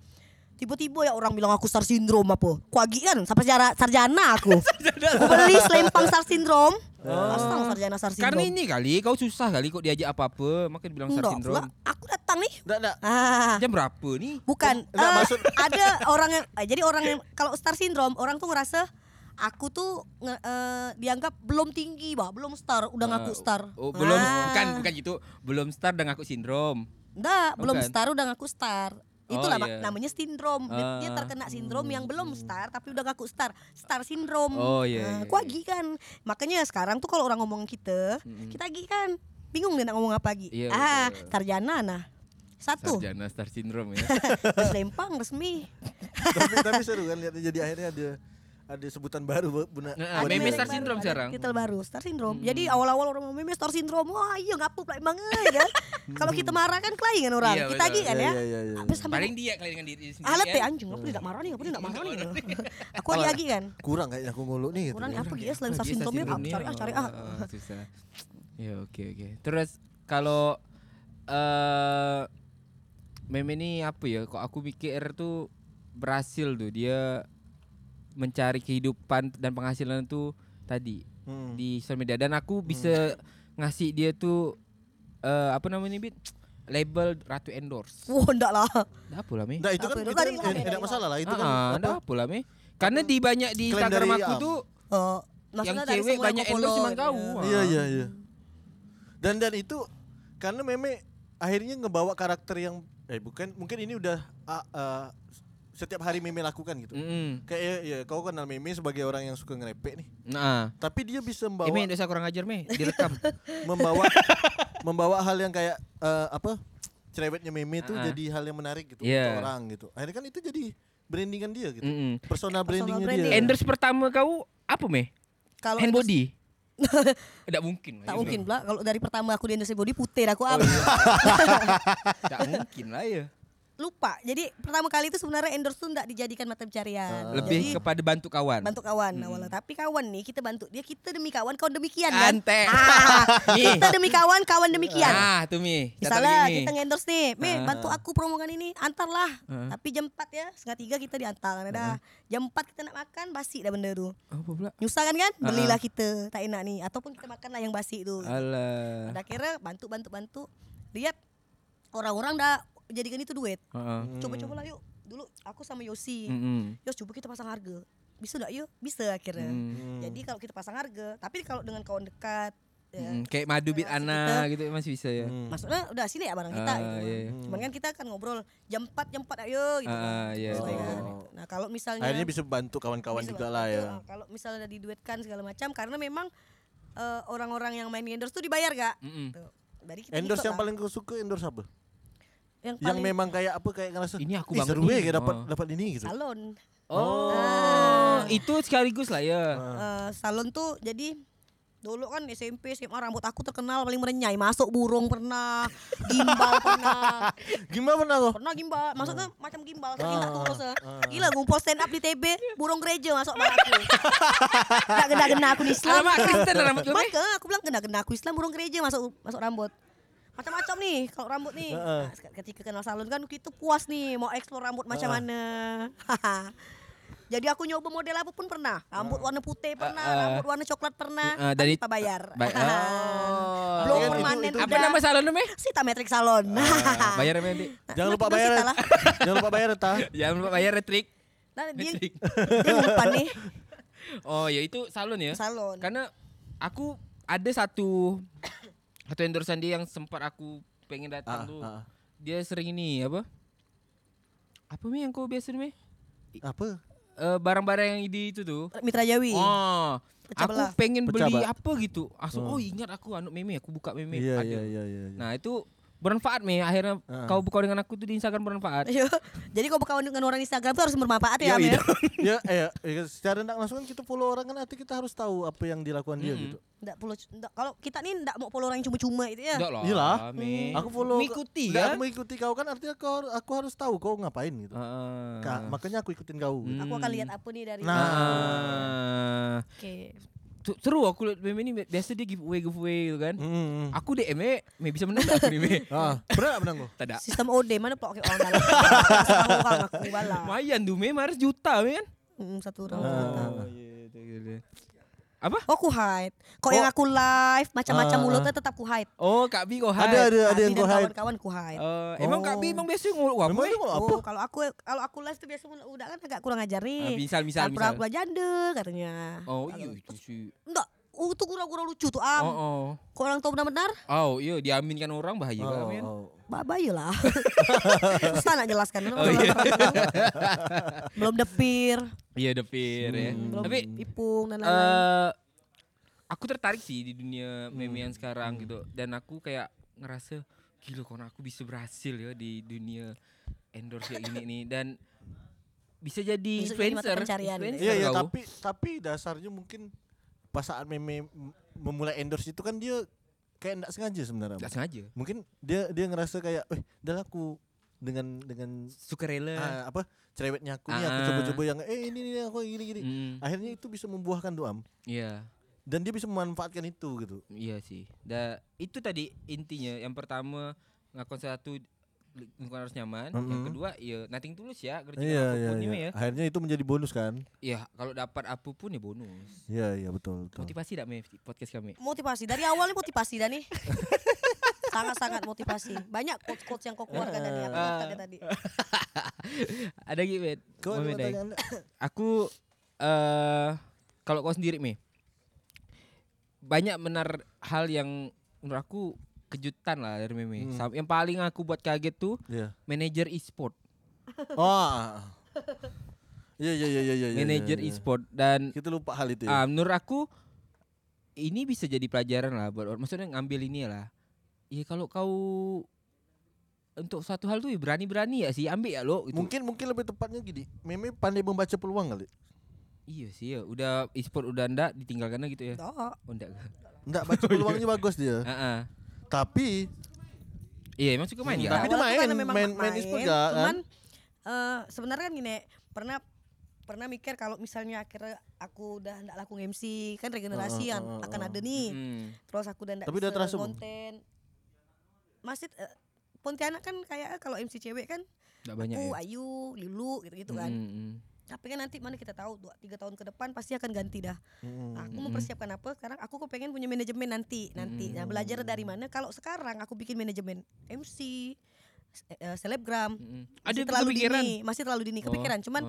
Speaker 4: tiba-tiba ya orang bilang aku star syndrome apa. Ku agi kan sampai sejarah sarjana aku. aku beli selempang star syndrome. Astang sarjana star
Speaker 2: Ah. Karena
Speaker 4: syndrome.
Speaker 2: ini kali kau susah kali kau diajak apa-apa, makanya dibilang sar
Speaker 4: Nggak pula.
Speaker 2: syndrome.
Speaker 4: Aku datang nih.
Speaker 3: Enggak, enggak.
Speaker 4: Ah.
Speaker 2: Jam berapa nih?
Speaker 4: Bukan.
Speaker 3: Enggak,
Speaker 4: Eh,
Speaker 3: maksud-
Speaker 4: ada orang yang eh, jadi orang yang kalau star syndrome orang tuh ngerasa aku tuh nge- eh, dianggap belum tinggi, bah, belum star, udah ngaku
Speaker 2: Eh,
Speaker 4: star.
Speaker 2: Oh, belum
Speaker 4: Ah.
Speaker 2: bukan bukan gitu. Belum star dan ngaku sindrom.
Speaker 4: Enggak, belum
Speaker 2: Bukan.
Speaker 4: star udah ngaku star.
Speaker 2: Oh,
Speaker 4: Itulah
Speaker 2: iya.
Speaker 4: mak- namanya sindrom. Dia-
Speaker 2: Ah.
Speaker 4: Dia
Speaker 2: hmm.
Speaker 4: terkena sindrom yang belum star tapi udah ngaku star. Star sindrom.
Speaker 2: Oh, iya,
Speaker 4: Nah,
Speaker 2: iya,
Speaker 4: aku
Speaker 2: iya.
Speaker 4: agi kan. Makanya sekarang tuh kalau orang ngomong kita, kita agi kan. Bingung dia nak ngomong apa lagi.
Speaker 2: Hmm. Iya,
Speaker 4: ah,
Speaker 2: betul.
Speaker 4: sarjana nah. Satu,
Speaker 2: Sarjana star syndrome ya.
Speaker 4: berselempang resmi.
Speaker 3: tapi, tapi seru kan lihatnya jadi akhirnya ada ada sebutan baru bu- buna.
Speaker 2: Nah,
Speaker 3: buat
Speaker 4: Ada
Speaker 2: meme
Speaker 3: kita.
Speaker 2: star
Speaker 4: yang baru,
Speaker 2: syndrome
Speaker 4: ada
Speaker 2: sekarang. Hmm.
Speaker 4: Titel baru, star syndrome. Jadi awal-awal orang mau meme star syndrome, wah iya ngapu pelak banget ya. kan? Kalau kita marah kan kelain kan orang,
Speaker 2: Iya,
Speaker 4: kita
Speaker 2: betul.
Speaker 4: lagi kan
Speaker 3: Iya,
Speaker 4: ya.
Speaker 3: iya, iya, iya.
Speaker 4: Habis sampai
Speaker 2: Paling Iya, dia kali dengan diri sendiri.
Speaker 4: alat
Speaker 2: kan?
Speaker 4: ya anjing, ngapu tidak marah nih, ngapu tidak marah nih. gitu. Aku lagi lagi kan.
Speaker 2: Iya,
Speaker 3: Kurang kayaknya aku ngulu nih gitu.
Speaker 4: Kurang
Speaker 3: kan.
Speaker 4: apa gitu ya selain
Speaker 2: Oh,
Speaker 4: star
Speaker 2: dia star
Speaker 4: syndrome-nya, ah,
Speaker 2: syndrome-nya.
Speaker 4: cari ah, cari
Speaker 2: Oh,
Speaker 4: ah.
Speaker 2: oh, oh, susah. Ya oke oke. Terus kalau eh meme ini apa ya? Kok aku mikir tuh berhasil tuh dia mencari kehidupan dan penghasilan tuh tadi
Speaker 3: Hmm.
Speaker 2: di sosial media dan aku bisa ngasih dia tuh eh apa namanya bit label ratu endorse.
Speaker 4: Wah, enggak lah.
Speaker 2: Dah apa lah me?
Speaker 3: Nah, itu
Speaker 4: Apa
Speaker 3: kan
Speaker 4: itu?
Speaker 3: itu
Speaker 4: Tadi lah,
Speaker 3: kan
Speaker 4: dari
Speaker 3: enggak
Speaker 4: awal.
Speaker 3: masalah lah itu kan.
Speaker 2: Ah,
Speaker 3: apa?
Speaker 2: dah apa lah me? Karena di banyak di
Speaker 3: Klaim dari
Speaker 2: Instagram aku
Speaker 3: Am.
Speaker 2: tuh
Speaker 4: Eh,
Speaker 2: yang
Speaker 4: maksudnya dari
Speaker 2: cewek
Speaker 4: semua yang
Speaker 2: banyak
Speaker 4: aku
Speaker 2: endorse
Speaker 4: follow,
Speaker 2: cuma kau.
Speaker 4: gitu.
Speaker 3: Iya iya iya. Dan dan itu karena meme akhirnya ngebawa karakter yang eh bukan mungkin ini udah ah, ah, setiap hari meme lakukan gitu.
Speaker 4: Mm.
Speaker 2: Mm-mm.
Speaker 3: Kayak ya kau kenal meme sebagai orang yang suka ngerepek nih.
Speaker 2: Nah,
Speaker 3: Tapi dia bisa membawa
Speaker 2: Eh, Me, dosa kurang ajar, Me. Direkam.
Speaker 3: membawa membawa hal yang kayak eh, apa cerewetnya meme itu
Speaker 2: Ah.
Speaker 3: jadi hal yang menarik gitu
Speaker 2: Iya.
Speaker 3: untuk orang gitu. Akhirnya kan itu jadi brandingan dia gitu.
Speaker 2: Mm-mm.
Speaker 3: Personal brandingnya
Speaker 4: branding.
Speaker 3: dia.
Speaker 2: Endorse pertama kau apa, Me?
Speaker 4: Kalau
Speaker 2: Hand
Speaker 4: endorse-
Speaker 2: body. Enggak mungkin. lah,
Speaker 4: Tak
Speaker 2: ya,
Speaker 4: mungkin
Speaker 2: Me.
Speaker 4: pula kalau dari pertama aku di Indonesia Body putih dah aku
Speaker 2: Oh,
Speaker 4: apa.
Speaker 2: iya. Tak mungkin lah ya.
Speaker 4: Lupa. Jadi pertama kali itu sebenarnya endorse tuh enggak dijadikan
Speaker 3: Ah.
Speaker 4: mata pencarian.
Speaker 2: Lebih
Speaker 4: Oh, Jadi,
Speaker 2: kepada bantu kawan.
Speaker 4: bantu kawan awalnya tapi kawan nih kita bantu dia kita demi kawan kawan demikian kan
Speaker 2: Ante.
Speaker 4: Ah,
Speaker 2: Nih.
Speaker 4: kita demi kawan kawan demikian
Speaker 2: Ah, tuh Mi. Datang
Speaker 4: misalnya
Speaker 2: gini.
Speaker 4: kita endorse nih Mi
Speaker 2: Ah.
Speaker 4: bantu aku promokan ini antarlah
Speaker 2: Ah.
Speaker 4: tapi jam 4 ya setengah tiga kita diantar kan dah jam 4 kita nak makan basi dah benda tu
Speaker 2: apa pula?
Speaker 4: nyusah kan kan
Speaker 2: Ah.
Speaker 4: belilah kita tak enak nih ataupun kita makanlah yang basi tu
Speaker 2: Alah.
Speaker 4: pada akhirnya bantu bantu bantu lihat orang-orang dah jadikan itu duit
Speaker 2: Heeh.
Speaker 3: Hmm.
Speaker 4: coba-coba lah yuk dulu aku sama Yosi
Speaker 2: Mm-mm.
Speaker 4: Yos coba kita pasang harga bisa lah nggak yuk bisa akhirnya
Speaker 2: Mm.
Speaker 3: Hmm.
Speaker 4: jadi kalau kita pasang harga tapi kalau dengan kawan dekat eh, ya.
Speaker 2: Mm, kayak madu bit
Speaker 4: Relasi
Speaker 2: ana gitu masih bisa ya.
Speaker 3: Hmm.
Speaker 4: Maksudnya udah sini ya barang kita
Speaker 2: Ah,
Speaker 4: gitu.
Speaker 2: iya, iya.
Speaker 4: Cuman kan kita akan ngobrol jam 4 jam 4 ayo gitu. kan.
Speaker 2: Ah, iya,
Speaker 4: Terus
Speaker 3: iya,
Speaker 4: kan.
Speaker 3: iya.
Speaker 4: Nah, kalau misalnya
Speaker 3: Akhirnya bisa bantu kawan-kawan
Speaker 4: bisa
Speaker 3: juga
Speaker 4: banget.
Speaker 3: lah ya.
Speaker 4: Nah, Kalau misalnya ada diduetkan segala macam karena memang eh, orang-orang yang main endorse tuh dibayar gak?
Speaker 2: Mm-mm.
Speaker 4: Tuh. Jadi kita
Speaker 3: Endorse
Speaker 4: ikut
Speaker 3: yang
Speaker 4: lah.
Speaker 3: paling kau suka endorse apa?
Speaker 4: yang
Speaker 3: Yang
Speaker 4: paling
Speaker 3: memang kayak apa kayak ngerasa
Speaker 2: Ini aku
Speaker 3: "Ih,
Speaker 2: banget
Speaker 3: seru ya
Speaker 2: nih."
Speaker 3: kayak dapat
Speaker 2: Oh.
Speaker 3: dapat ini gitu.
Speaker 4: salon.
Speaker 2: Oh, itu sekaligus lah ya.
Speaker 3: Ah.
Speaker 4: Eh, salon tuh jadi dulu kan SMP SMA rambut aku terkenal paling merenyai masuk burung pernah gimbal pernah
Speaker 3: Eh, Gimana pernah kau?
Speaker 4: Oh, pernah gimbal maksudnya macam gimbal tapi
Speaker 3: Ah,
Speaker 4: tak tulus ya.
Speaker 3: ah.
Speaker 4: gila ngumpul stand up di TB burung gereja masuk sama aku gak gena-gena aku di Islam
Speaker 2: Alamak, Kristen rambut kau,
Speaker 4: maka aku bilang gena-gena aku Islam burung gereja masuk masuk rambut macam-macam nih kalau rambut nih
Speaker 2: Ah,
Speaker 4: nah, ketika kenal salon kan kita puas nih mau eksplor rambut
Speaker 2: Ah,
Speaker 4: macam mana jadi aku nyoba model apapun pernah rambut warna putih pernah
Speaker 2: Ah, ah.
Speaker 4: rambut warna coklat pernah
Speaker 2: Ah, dari-
Speaker 4: tapi tak bayar
Speaker 2: Baik. Oh.
Speaker 3: Kan
Speaker 4: belum
Speaker 3: itu-
Speaker 4: permanen
Speaker 3: itu-
Speaker 2: Apa
Speaker 4: udah
Speaker 2: nama salon namanya?
Speaker 4: Sita Metric Salon Eh,
Speaker 2: Ah, bayar apa nanti?
Speaker 3: Jangan lupa
Speaker 4: Nah,
Speaker 3: bayar. ya.
Speaker 4: kita lah.
Speaker 3: Jangan lupa bayar ya, ta.
Speaker 2: Jangan lupa bayar retrik.
Speaker 4: Nah, dia,
Speaker 2: Metric.
Speaker 4: dia umpan nih
Speaker 2: Oh, ya itu salon ya.
Speaker 4: salon.
Speaker 2: Karena aku ada satu satu endorsean dia yang sempat aku pengen datang
Speaker 3: Ah,
Speaker 2: tuh.
Speaker 3: ah.
Speaker 2: Dia sering ini apa? Apa mi yang kau biasa mi?
Speaker 3: Apa?
Speaker 2: Eh, barang-barang yang di itu tuh.
Speaker 4: Mitra Jawi.
Speaker 2: Oh,
Speaker 4: Pecah
Speaker 2: aku
Speaker 4: belah.
Speaker 2: pengen
Speaker 3: Pecah
Speaker 2: beli
Speaker 3: belah. Hmm.
Speaker 2: apa gitu. Langsung, oh ingat aku anu meme, aku buka meme.
Speaker 3: Iya
Speaker 2: ada.
Speaker 3: iya iya iya. iya.
Speaker 2: Nah itu bermanfaat nih akhirnya
Speaker 3: Ah.
Speaker 2: kau buka dengan aku tuh di Instagram bermanfaat.
Speaker 4: Ayo. Jadi kalau berkawan dengan orang Instagram tuh harus bermanfaat
Speaker 2: Yoi
Speaker 4: ya, Amel.
Speaker 2: dong.
Speaker 3: ya, eh, eh, secara tidak langsung kan kita follow orang kan nanti kita harus tahu apa yang dilakukan dia gitu.
Speaker 4: Nggak perlu nggak- kalau kita nih enggak mau follow orang yang cuma-cuma itu ya.
Speaker 2: Enggak lah.
Speaker 3: Iyalah.
Speaker 2: Mi.
Speaker 3: Aku follow.
Speaker 2: Eh, Mengikuti
Speaker 3: Nggak,
Speaker 2: kan.
Speaker 3: Aku mengikuti kau kan artinya kau har- aku harus tahu kau ngapain gitu.
Speaker 2: Ah. Hmm.
Speaker 3: Ka- makanya aku ikutin kau. gitu.
Speaker 4: Aku akan lihat apa nih dari
Speaker 3: Nah.
Speaker 2: Ah.
Speaker 4: Oke.
Speaker 2: Tu- Seru aku lihat meme ini biasa dia giveaway giveaway gitu kan.
Speaker 3: Hmm.
Speaker 2: Aku DM -nya, Mi bisa menang tak aku E? nih Mi?
Speaker 3: Ah, benar nggak benar kau?
Speaker 2: Tak ada.
Speaker 4: Sistem OD mana pokoknya orang dalam. Sama orang aku bala.
Speaker 2: Mayan tuh Mi maris juta Mi kan. Oh, iya,
Speaker 4: Mm, satu orang.
Speaker 3: Ah.
Speaker 4: satu orang.
Speaker 2: Apa?
Speaker 4: Oh ku hide. Kok yang aku live macam-macam
Speaker 3: Oh. Ah. Iya,
Speaker 4: mulutnya tetap ku hide.
Speaker 2: Oh Kak Bi kau
Speaker 3: Ada
Speaker 2: hide.
Speaker 3: ada ada yang
Speaker 4: Abi dan
Speaker 3: kau hide.
Speaker 4: kawan-kawan ku hide.
Speaker 2: Eh, emang Kak Bi
Speaker 3: Oh.
Speaker 2: emang biasa nguluk apa?
Speaker 3: Memang
Speaker 2: Mi?
Speaker 3: dia kau apa?
Speaker 4: Oh, kalau aku kalau aku live tuh biasa udah kan agak kurang ajar
Speaker 2: Ah,
Speaker 4: nih.
Speaker 2: misal misal
Speaker 4: Pura-pura
Speaker 2: misal.
Speaker 4: pura janda katanya.
Speaker 2: Oh iya itu sih.
Speaker 4: Enggak, oh, itu gurau-gurau lucu tuh
Speaker 2: Oh
Speaker 4: am.
Speaker 2: oh.
Speaker 4: Kok orang tahu benar-benar?
Speaker 2: Oh iya diaminkan orang bahaya
Speaker 3: Oh,
Speaker 2: kan Min?
Speaker 3: oh.
Speaker 4: Babay lah. Susah nak jelaskan.
Speaker 2: Oh, iya.
Speaker 4: Belum depir,
Speaker 2: Iya the fear
Speaker 3: Hmm.
Speaker 2: ya.
Speaker 4: belum
Speaker 2: Tapi
Speaker 4: ipung dan lain-lain.
Speaker 2: eh aku tertarik sih di
Speaker 4: Hmm.
Speaker 2: dunia meme yang sekarang gitu dan aku kayak ngerasa gila kalau aku bisa berhasil ya di dunia endorse kayak gini nih dan bisa jadi
Speaker 4: Bisa jadi mata
Speaker 2: influencer.
Speaker 4: pencarian. gitu ya?
Speaker 2: influencer
Speaker 3: Iya iya
Speaker 2: kau.
Speaker 3: tapi tapi dasarnya mungkin pas saat meme m- memulai endorse itu kan dia kayak enggak sengaja sebenarnya.
Speaker 2: Nggak sengaja.
Speaker 3: Mungkin dia dia ngerasa kayak eh udah aku dengan dengan
Speaker 2: Sukarela.
Speaker 3: ah, apa cerewetnya aku nih aku
Speaker 2: Eh. Ah.
Speaker 3: coba-coba yang eh ini nih aku gini gini.
Speaker 2: Mm,
Speaker 3: Akhirnya itu bisa membuahkan doam
Speaker 2: Iya.
Speaker 3: dan dia bisa memanfaatkan itu gitu.
Speaker 2: Iya sih. Da, itu tadi intinya. Yang pertama ngakuan satu li- lingkungan harus nyaman. Yang
Speaker 3: Mm-mm.
Speaker 2: kedua, ya nothing tulus ya kerja
Speaker 3: Iya iya
Speaker 2: apapun ini
Speaker 3: iya.
Speaker 2: ya.
Speaker 3: Akhirnya itu menjadi bonus kan?
Speaker 2: Ya kalau dapat apapun ya bonus.
Speaker 3: Iya iya betul betul.
Speaker 2: Motivasi tak Mei podcast kami?
Speaker 4: Motivasi dari awal nih motivasi dah nih. Sangat-sangat motivasi. Banyak quotes-quotes yang kau keluarkan dari
Speaker 2: Eh,
Speaker 4: apa yang kata tadi.
Speaker 2: Ada gitu, Bet.
Speaker 3: Kau ada
Speaker 2: Momen Daeng.
Speaker 3: pertanyaan tak?
Speaker 2: Aku eh kalau kau sendiri Mi banyak benar hal yang menurut aku kejutan lah dari Mimi.
Speaker 3: Hmm.
Speaker 2: Sam- Yang paling aku buat kaget tuh
Speaker 3: Iya.
Speaker 2: manajer e-sport,
Speaker 3: Oh. Iya iya iya iya iya. iya,
Speaker 2: manajer
Speaker 3: iya.
Speaker 2: e-sport dan
Speaker 3: Kita lupa hal itu.
Speaker 2: ah,
Speaker 3: Ya.
Speaker 2: menurut aku ini bisa jadi pelajaran lah buat orang. Maksudnya ngambil ini lah. Ya kalau kau untuk satu hal tuh ya berani-berani ya sih ambil ya lo gitu.
Speaker 3: Mungkin mungkin lebih tepatnya gini, Meme pandai membaca peluang kali.
Speaker 2: Iya sih ya, udah e-sport udah ndak ditinggalkan lah gitu ya.
Speaker 4: Enggak.
Speaker 2: Oh ndak.
Speaker 3: Enggak baca peluangnya bagus dia.
Speaker 2: Heeh.
Speaker 3: Tapi
Speaker 2: Iya, emang suka main ya?
Speaker 4: Di
Speaker 3: Tapi dia
Speaker 4: awal tuh
Speaker 3: main,
Speaker 4: karena memang
Speaker 3: main- main e-sport gak,
Speaker 2: kan?
Speaker 4: Cuman eh, sebenarnya kan gini, pernah pernah mikir kalau misalnya akhirnya aku udah nggak laku MC kan regenerasi
Speaker 2: Eh,
Speaker 3: Ah,
Speaker 4: yang
Speaker 3: ah, ah,
Speaker 4: akan
Speaker 3: ah.
Speaker 4: ada nih.
Speaker 2: Hmm.
Speaker 4: Terus aku udah nggak
Speaker 3: Tapi udah
Speaker 4: bisa
Speaker 3: terasa belum?
Speaker 4: konten. Masih eh, Pontianak kan kayak kalau MC cewek kan
Speaker 2: Gak
Speaker 3: Iya,
Speaker 2: banyak
Speaker 4: aku
Speaker 2: ya.
Speaker 4: Ayu, Lilu gitu-gitu kan.
Speaker 2: Mm, mm, mm.
Speaker 4: Tapi kan nanti mana kita tahu dua tiga tahun ke depan pasti akan ganti dah.
Speaker 3: mm,
Speaker 4: Nah, aku
Speaker 2: Mm-mm.
Speaker 4: mempersiapkan apa? Sekarang aku kepengen punya manajemen nanti, nanti. Nah, belajar dari mana? Kalau sekarang aku bikin manajemen MC, s- eh, selebgram,
Speaker 2: Mm-mm. hmm, Ada
Speaker 4: masih terlalu
Speaker 2: kepikiran.
Speaker 4: dini, masih terlalu
Speaker 3: Oh,
Speaker 4: dini kepikiran. Cuman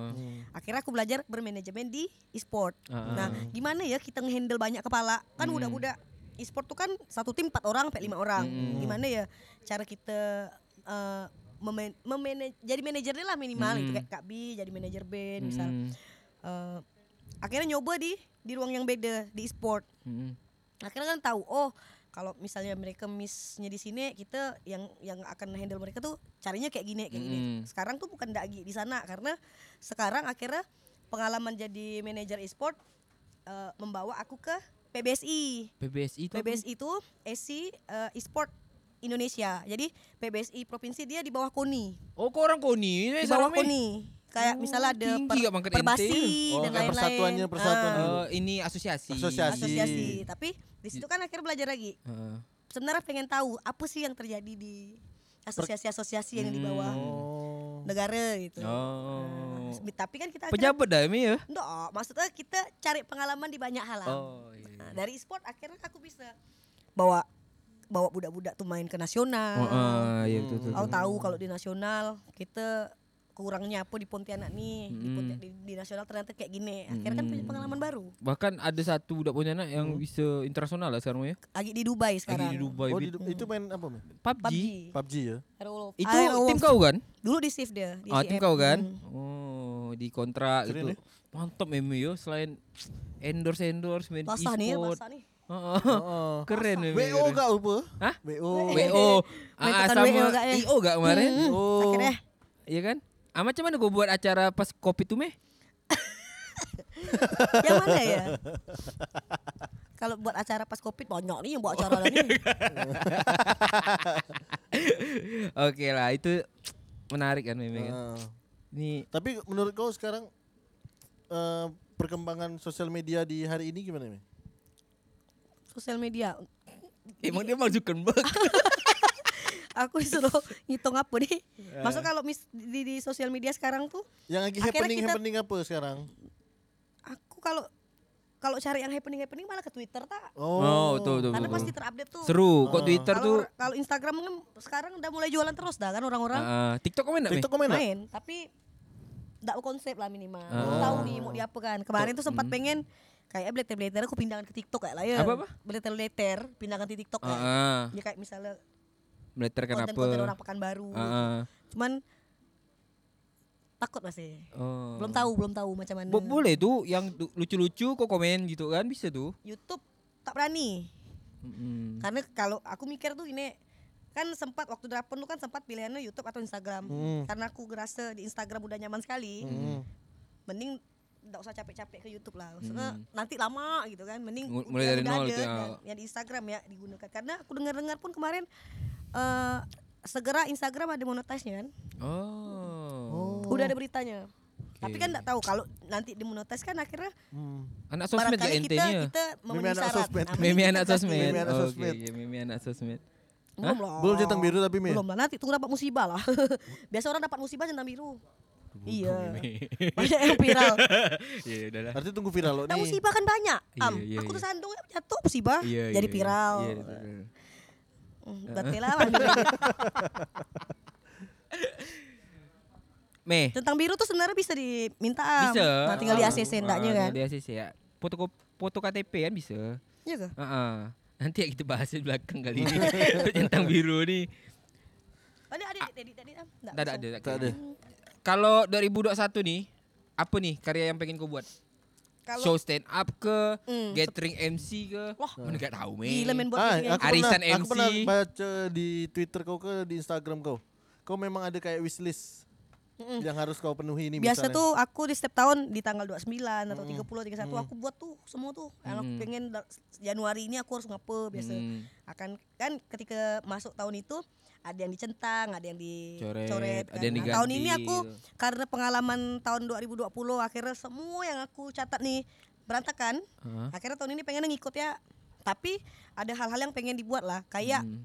Speaker 4: akhirnya aku belajar bermanajemen di e-sport.
Speaker 2: Ah,
Speaker 4: Nah, gimana ya kita ngehandle banyak kepala? Kan
Speaker 2: Hmm.
Speaker 4: udah muda e-sport tuh kan satu tim empat orang sampai lima orang.
Speaker 2: Mm.
Speaker 4: Gimana ya cara kita eh, meman- memanage- jadi manajernya lah minimal itu
Speaker 2: Mm.
Speaker 4: kayak Kak B jadi manajer band
Speaker 2: Hmm.
Speaker 4: misal. Eh, akhirnya nyoba di di ruang yang beda di e-sport.
Speaker 2: Mm-mm.
Speaker 4: Akhirnya kan tahu oh kalau misalnya mereka missnya di sini kita yang yang akan handle mereka tuh carinya kayak gini kayak gini.
Speaker 2: Mm-mm.
Speaker 4: Sekarang tuh bukan dagi di sana karena sekarang akhirnya pengalaman jadi manajer e-sport eh, membawa aku ke PBSI.
Speaker 2: PBSI itu apa?
Speaker 4: PBSI itu SC eh, e-sport Indonesia. Jadi PBSI provinsi dia di bawah KONI.
Speaker 2: Oh, kok orang koni?
Speaker 4: Di
Speaker 2: Eh,
Speaker 4: bawah
Speaker 2: sama, Mi.
Speaker 4: KONI. Kayak
Speaker 2: Oh,
Speaker 4: misalnya ada
Speaker 2: tinggi
Speaker 4: per-
Speaker 2: gak pangkat
Speaker 4: perbasi
Speaker 2: ente? Oh,
Speaker 4: dan
Speaker 2: kayak
Speaker 4: lain-lain.
Speaker 3: persatuannya, persatuan.
Speaker 4: Ah,
Speaker 2: Eh, ini asosiasi.
Speaker 3: Asosiasi.
Speaker 4: asosiasi. Tapi di situ kan akhirnya belajar lagi.
Speaker 2: Heeh.
Speaker 4: Sebenarnya pengen tahu apa sih yang terjadi di asosiasi-asosiasi yang di
Speaker 2: Hmm.
Speaker 4: bawah
Speaker 3: Oh.
Speaker 4: negara gitu.
Speaker 2: Oh.
Speaker 4: Nah, tapi kan kita akhirnya-
Speaker 2: Pejabat dah, Mi ya?
Speaker 4: Nggak, oh, maksudnya kita cari pengalaman di banyak hal. lah.
Speaker 2: Oh, iya.
Speaker 4: Nah, dari e-sport akhirnya aku bisa bawa bawa budak-budak tuh main ke
Speaker 2: Oh,
Speaker 4: nasional.
Speaker 2: ah, iya, betul, betul,
Speaker 4: Aku
Speaker 2: betul.
Speaker 4: tahu kalau di nasional kita kurangnya apa di Pontianak nih, di,
Speaker 2: Mm.
Speaker 4: Pontianak- di, di nasional ternyata kayak gini. Akhirnya kan
Speaker 2: Hmm.
Speaker 4: punya pengalaman baru.
Speaker 2: Bahkan ada satu budak Pontianak yang bisa internasional lah sekarang Mi, ya.
Speaker 4: Lagi di
Speaker 2: Lagi
Speaker 4: Dubai Hmm. sekarang.
Speaker 2: di Dubai.
Speaker 3: Oh,
Speaker 2: Bi-
Speaker 3: di- itu main apa? Mi?
Speaker 2: PUBG.
Speaker 4: PUBG.
Speaker 3: PUBG ya.
Speaker 4: Aero Wolf.
Speaker 2: Itu
Speaker 4: Aero
Speaker 2: tim
Speaker 4: Wolf.
Speaker 2: kau kan?
Speaker 4: Dulu di shift dia. Di
Speaker 2: Ah, tim
Speaker 4: CF.
Speaker 2: kau kan?
Speaker 4: Mm.
Speaker 2: Oh, di kontrak gitu.
Speaker 3: Keren,
Speaker 2: Mantap Memi yo selain endorse endorse main
Speaker 4: Basah nih, ya,
Speaker 2: e-sport.
Speaker 4: basah nih.
Speaker 2: Heeh.
Speaker 3: Oh.
Speaker 2: Keren Memi.
Speaker 3: WO
Speaker 2: keren.
Speaker 3: gak apa?
Speaker 2: Hah?
Speaker 3: WO.
Speaker 2: WO.
Speaker 4: Main
Speaker 2: Ah,
Speaker 4: tekan
Speaker 2: sama
Speaker 4: WO gak ya?
Speaker 2: IO gak kemarin?
Speaker 4: Mm, mm.
Speaker 2: Oh.
Speaker 4: Akhirnya.
Speaker 2: Iya kan? Ah, macam mana gua buat acara pas kopi tuh meh?
Speaker 4: yang mana ya? Kalau buat acara pas Covid banyak nih yang buat
Speaker 2: Oh,
Speaker 4: acara
Speaker 2: iya,
Speaker 4: dah nih.
Speaker 2: kan? Oke lah, itu menarik kan Memi kan.
Speaker 3: Ah.
Speaker 2: Ini
Speaker 3: Tapi menurut kau sekarang eh, perkembangan sosial media di hari ini gimana Mi?
Speaker 4: Sosial media.
Speaker 2: emang dia Mark Zuckerberg.
Speaker 4: Aku disuruh ngitung apa nih?
Speaker 2: Eh.
Speaker 4: Maksud kalau mis- di, di sosial media sekarang tuh
Speaker 3: Yang lagi
Speaker 4: Akhirnya
Speaker 3: happening
Speaker 4: kita-
Speaker 3: happening apa sekarang?
Speaker 4: aku kalau kalau cari yang happening happening malah ke Twitter tak?
Speaker 2: Oh, tuh tuh.
Speaker 4: Karena
Speaker 2: tuh,
Speaker 4: pasti
Speaker 2: tuh.
Speaker 4: terupdate tuh.
Speaker 2: Seru, kok
Speaker 3: Ah.
Speaker 2: Twitter
Speaker 4: Kalau
Speaker 2: tuh.
Speaker 4: kalau Instagram kan sekarang udah mulai jualan terus dah kan orang-orang.
Speaker 2: Ah, ah. TikTok kau main tak, Meh?
Speaker 3: TikTok komen
Speaker 4: main tapi enggak konsep lah minimal. Belum
Speaker 2: Ah. Hmm.
Speaker 4: tahu nih mau di apa kan. Kemarin tuh sempat pengen kayak bleter-bleter aku pindahkan ke TikTok kayak lah ya.
Speaker 2: Apa-apa?
Speaker 4: Bleter-bleter pindahkan ke TikTok
Speaker 2: Ah,
Speaker 4: kan.
Speaker 2: ah.
Speaker 4: Ya kayak misalnya
Speaker 2: Meleter kenapa?
Speaker 4: konten-konten orang Pekanbaru.
Speaker 2: Ah, ah.
Speaker 4: Cuman takut masih.
Speaker 2: Oh.
Speaker 4: Belum tahu, belum tahu macam mana.
Speaker 2: Bo- boleh tuh yang du- lucu-lucu kok komen gitu kan bisa tuh.
Speaker 4: YouTube tak berani.
Speaker 2: Mm-mm.
Speaker 4: Karena kalau aku mikir tuh ini kan sempat waktu drapen tuh kan sempat pilihannya YouTube atau Instagram.
Speaker 3: Hmm.
Speaker 4: Karena aku ngerasa di Instagram udah nyaman sekali.
Speaker 2: Hmm.
Speaker 4: mending nggak usah capek-capek ke YouTube lah. Maksudnya nanti lama gitu kan. Mending
Speaker 2: Mul-
Speaker 4: yang
Speaker 2: Hmm. mulai dari
Speaker 4: udah
Speaker 2: nol
Speaker 4: ada
Speaker 2: gitu ya.
Speaker 4: dan yang di Instagram ya digunakan. Karena aku dengar-dengar pun kemarin eh segera Instagram ada monetize-nya kan.
Speaker 2: Oh.
Speaker 4: Udah ada beritanya. Tapi
Speaker 2: Oke.
Speaker 4: kan nggak tahu kalau nanti dimonetize kan akhirnya
Speaker 3: Hmm.
Speaker 2: Anak sosmed ya
Speaker 4: barangkali kita
Speaker 2: entenya.
Speaker 4: kita memenuhi
Speaker 3: anak
Speaker 4: syarat.
Speaker 3: sosmed.
Speaker 4: Nah,
Speaker 2: Meme
Speaker 4: mending kita
Speaker 2: anak
Speaker 4: kasih.
Speaker 2: sosmed.
Speaker 3: Meme anak
Speaker 2: Oke,
Speaker 3: sosmed.
Speaker 2: oke, meme anak sosmed.
Speaker 4: Belum lah.
Speaker 3: Belum centang biru tapi Mi.
Speaker 4: Belum lah. Nanti tunggu dapat musibah lah. Biasa orang dapat musibah centang biru. Iya. Banyak yang viral.
Speaker 2: Iya, udahlah.
Speaker 3: Artinya tunggu viral loh
Speaker 4: Tahu
Speaker 3: nih.
Speaker 4: musibah kan banyak. Am,
Speaker 2: Iya, iya,
Speaker 4: aku tuh
Speaker 2: iya.
Speaker 4: sandung jatuh musibah
Speaker 2: Iya,
Speaker 4: Ah, jadi
Speaker 2: iya,
Speaker 4: viral.
Speaker 2: iya, iya, betul.
Speaker 4: Hmm, Betul lah. Bang.
Speaker 2: Meh.
Speaker 4: Centang biru tuh sebenarnya bisa diminta. Am.
Speaker 2: Bisa.
Speaker 4: Nah, tinggal di
Speaker 2: Ah,
Speaker 4: ACC
Speaker 2: ah,
Speaker 4: ndaknya
Speaker 2: tinggal
Speaker 4: kan.
Speaker 2: Di ACC ya. Foto kop- foto KTP kan bisa.
Speaker 4: Iya kan?
Speaker 2: Ah, ah. Nanti ya kita bahas di belakang kali ini tentang biru nih.
Speaker 4: Ada ada edit edit Am. Nggak,
Speaker 2: Tak Ah. ada,
Speaker 4: langsung.
Speaker 2: tak ada. Kalau 2021 nih, apa nih karya yang pengen kau buat?
Speaker 4: Kalau
Speaker 2: Show stand up ke,
Speaker 4: Mm,
Speaker 2: gathering MC ke?
Speaker 4: Wah.
Speaker 2: mana gak tahu men.
Speaker 4: gila men buat
Speaker 3: Ah,
Speaker 4: ini. kan,
Speaker 3: aku
Speaker 2: Arisan
Speaker 3: pernah, Aku
Speaker 2: MC.
Speaker 3: pernah baca di Twitter kau ke di Instagram kau. Kau memang ada kayak wishlist
Speaker 4: Mm-mm.
Speaker 3: yang harus kau penuhi ini
Speaker 4: Biasa
Speaker 3: misalnya.
Speaker 4: tuh aku di setiap tahun di tanggal 29 atau 30 31 aku buat tuh semua tuh yang aku
Speaker 2: Mm.
Speaker 4: pengen da- Januari ini aku harus ngapa biasa.
Speaker 2: Hmm.
Speaker 4: Akan kan ketika masuk tahun itu ada yang dicentang, ada yang dicoret.
Speaker 2: Coret, ada
Speaker 4: kan.
Speaker 2: yang
Speaker 4: Nah, tahun ini
Speaker 2: diganti
Speaker 4: aku
Speaker 2: gitu.
Speaker 4: karena pengalaman tahun 2020 akhirnya semua yang aku catat nih berantakan.
Speaker 2: Hah?
Speaker 4: Akhirnya tahun ini pengen ngikut ya. Tapi ada hal-hal yang pengen dibuat lah. Kayak
Speaker 2: Hmm.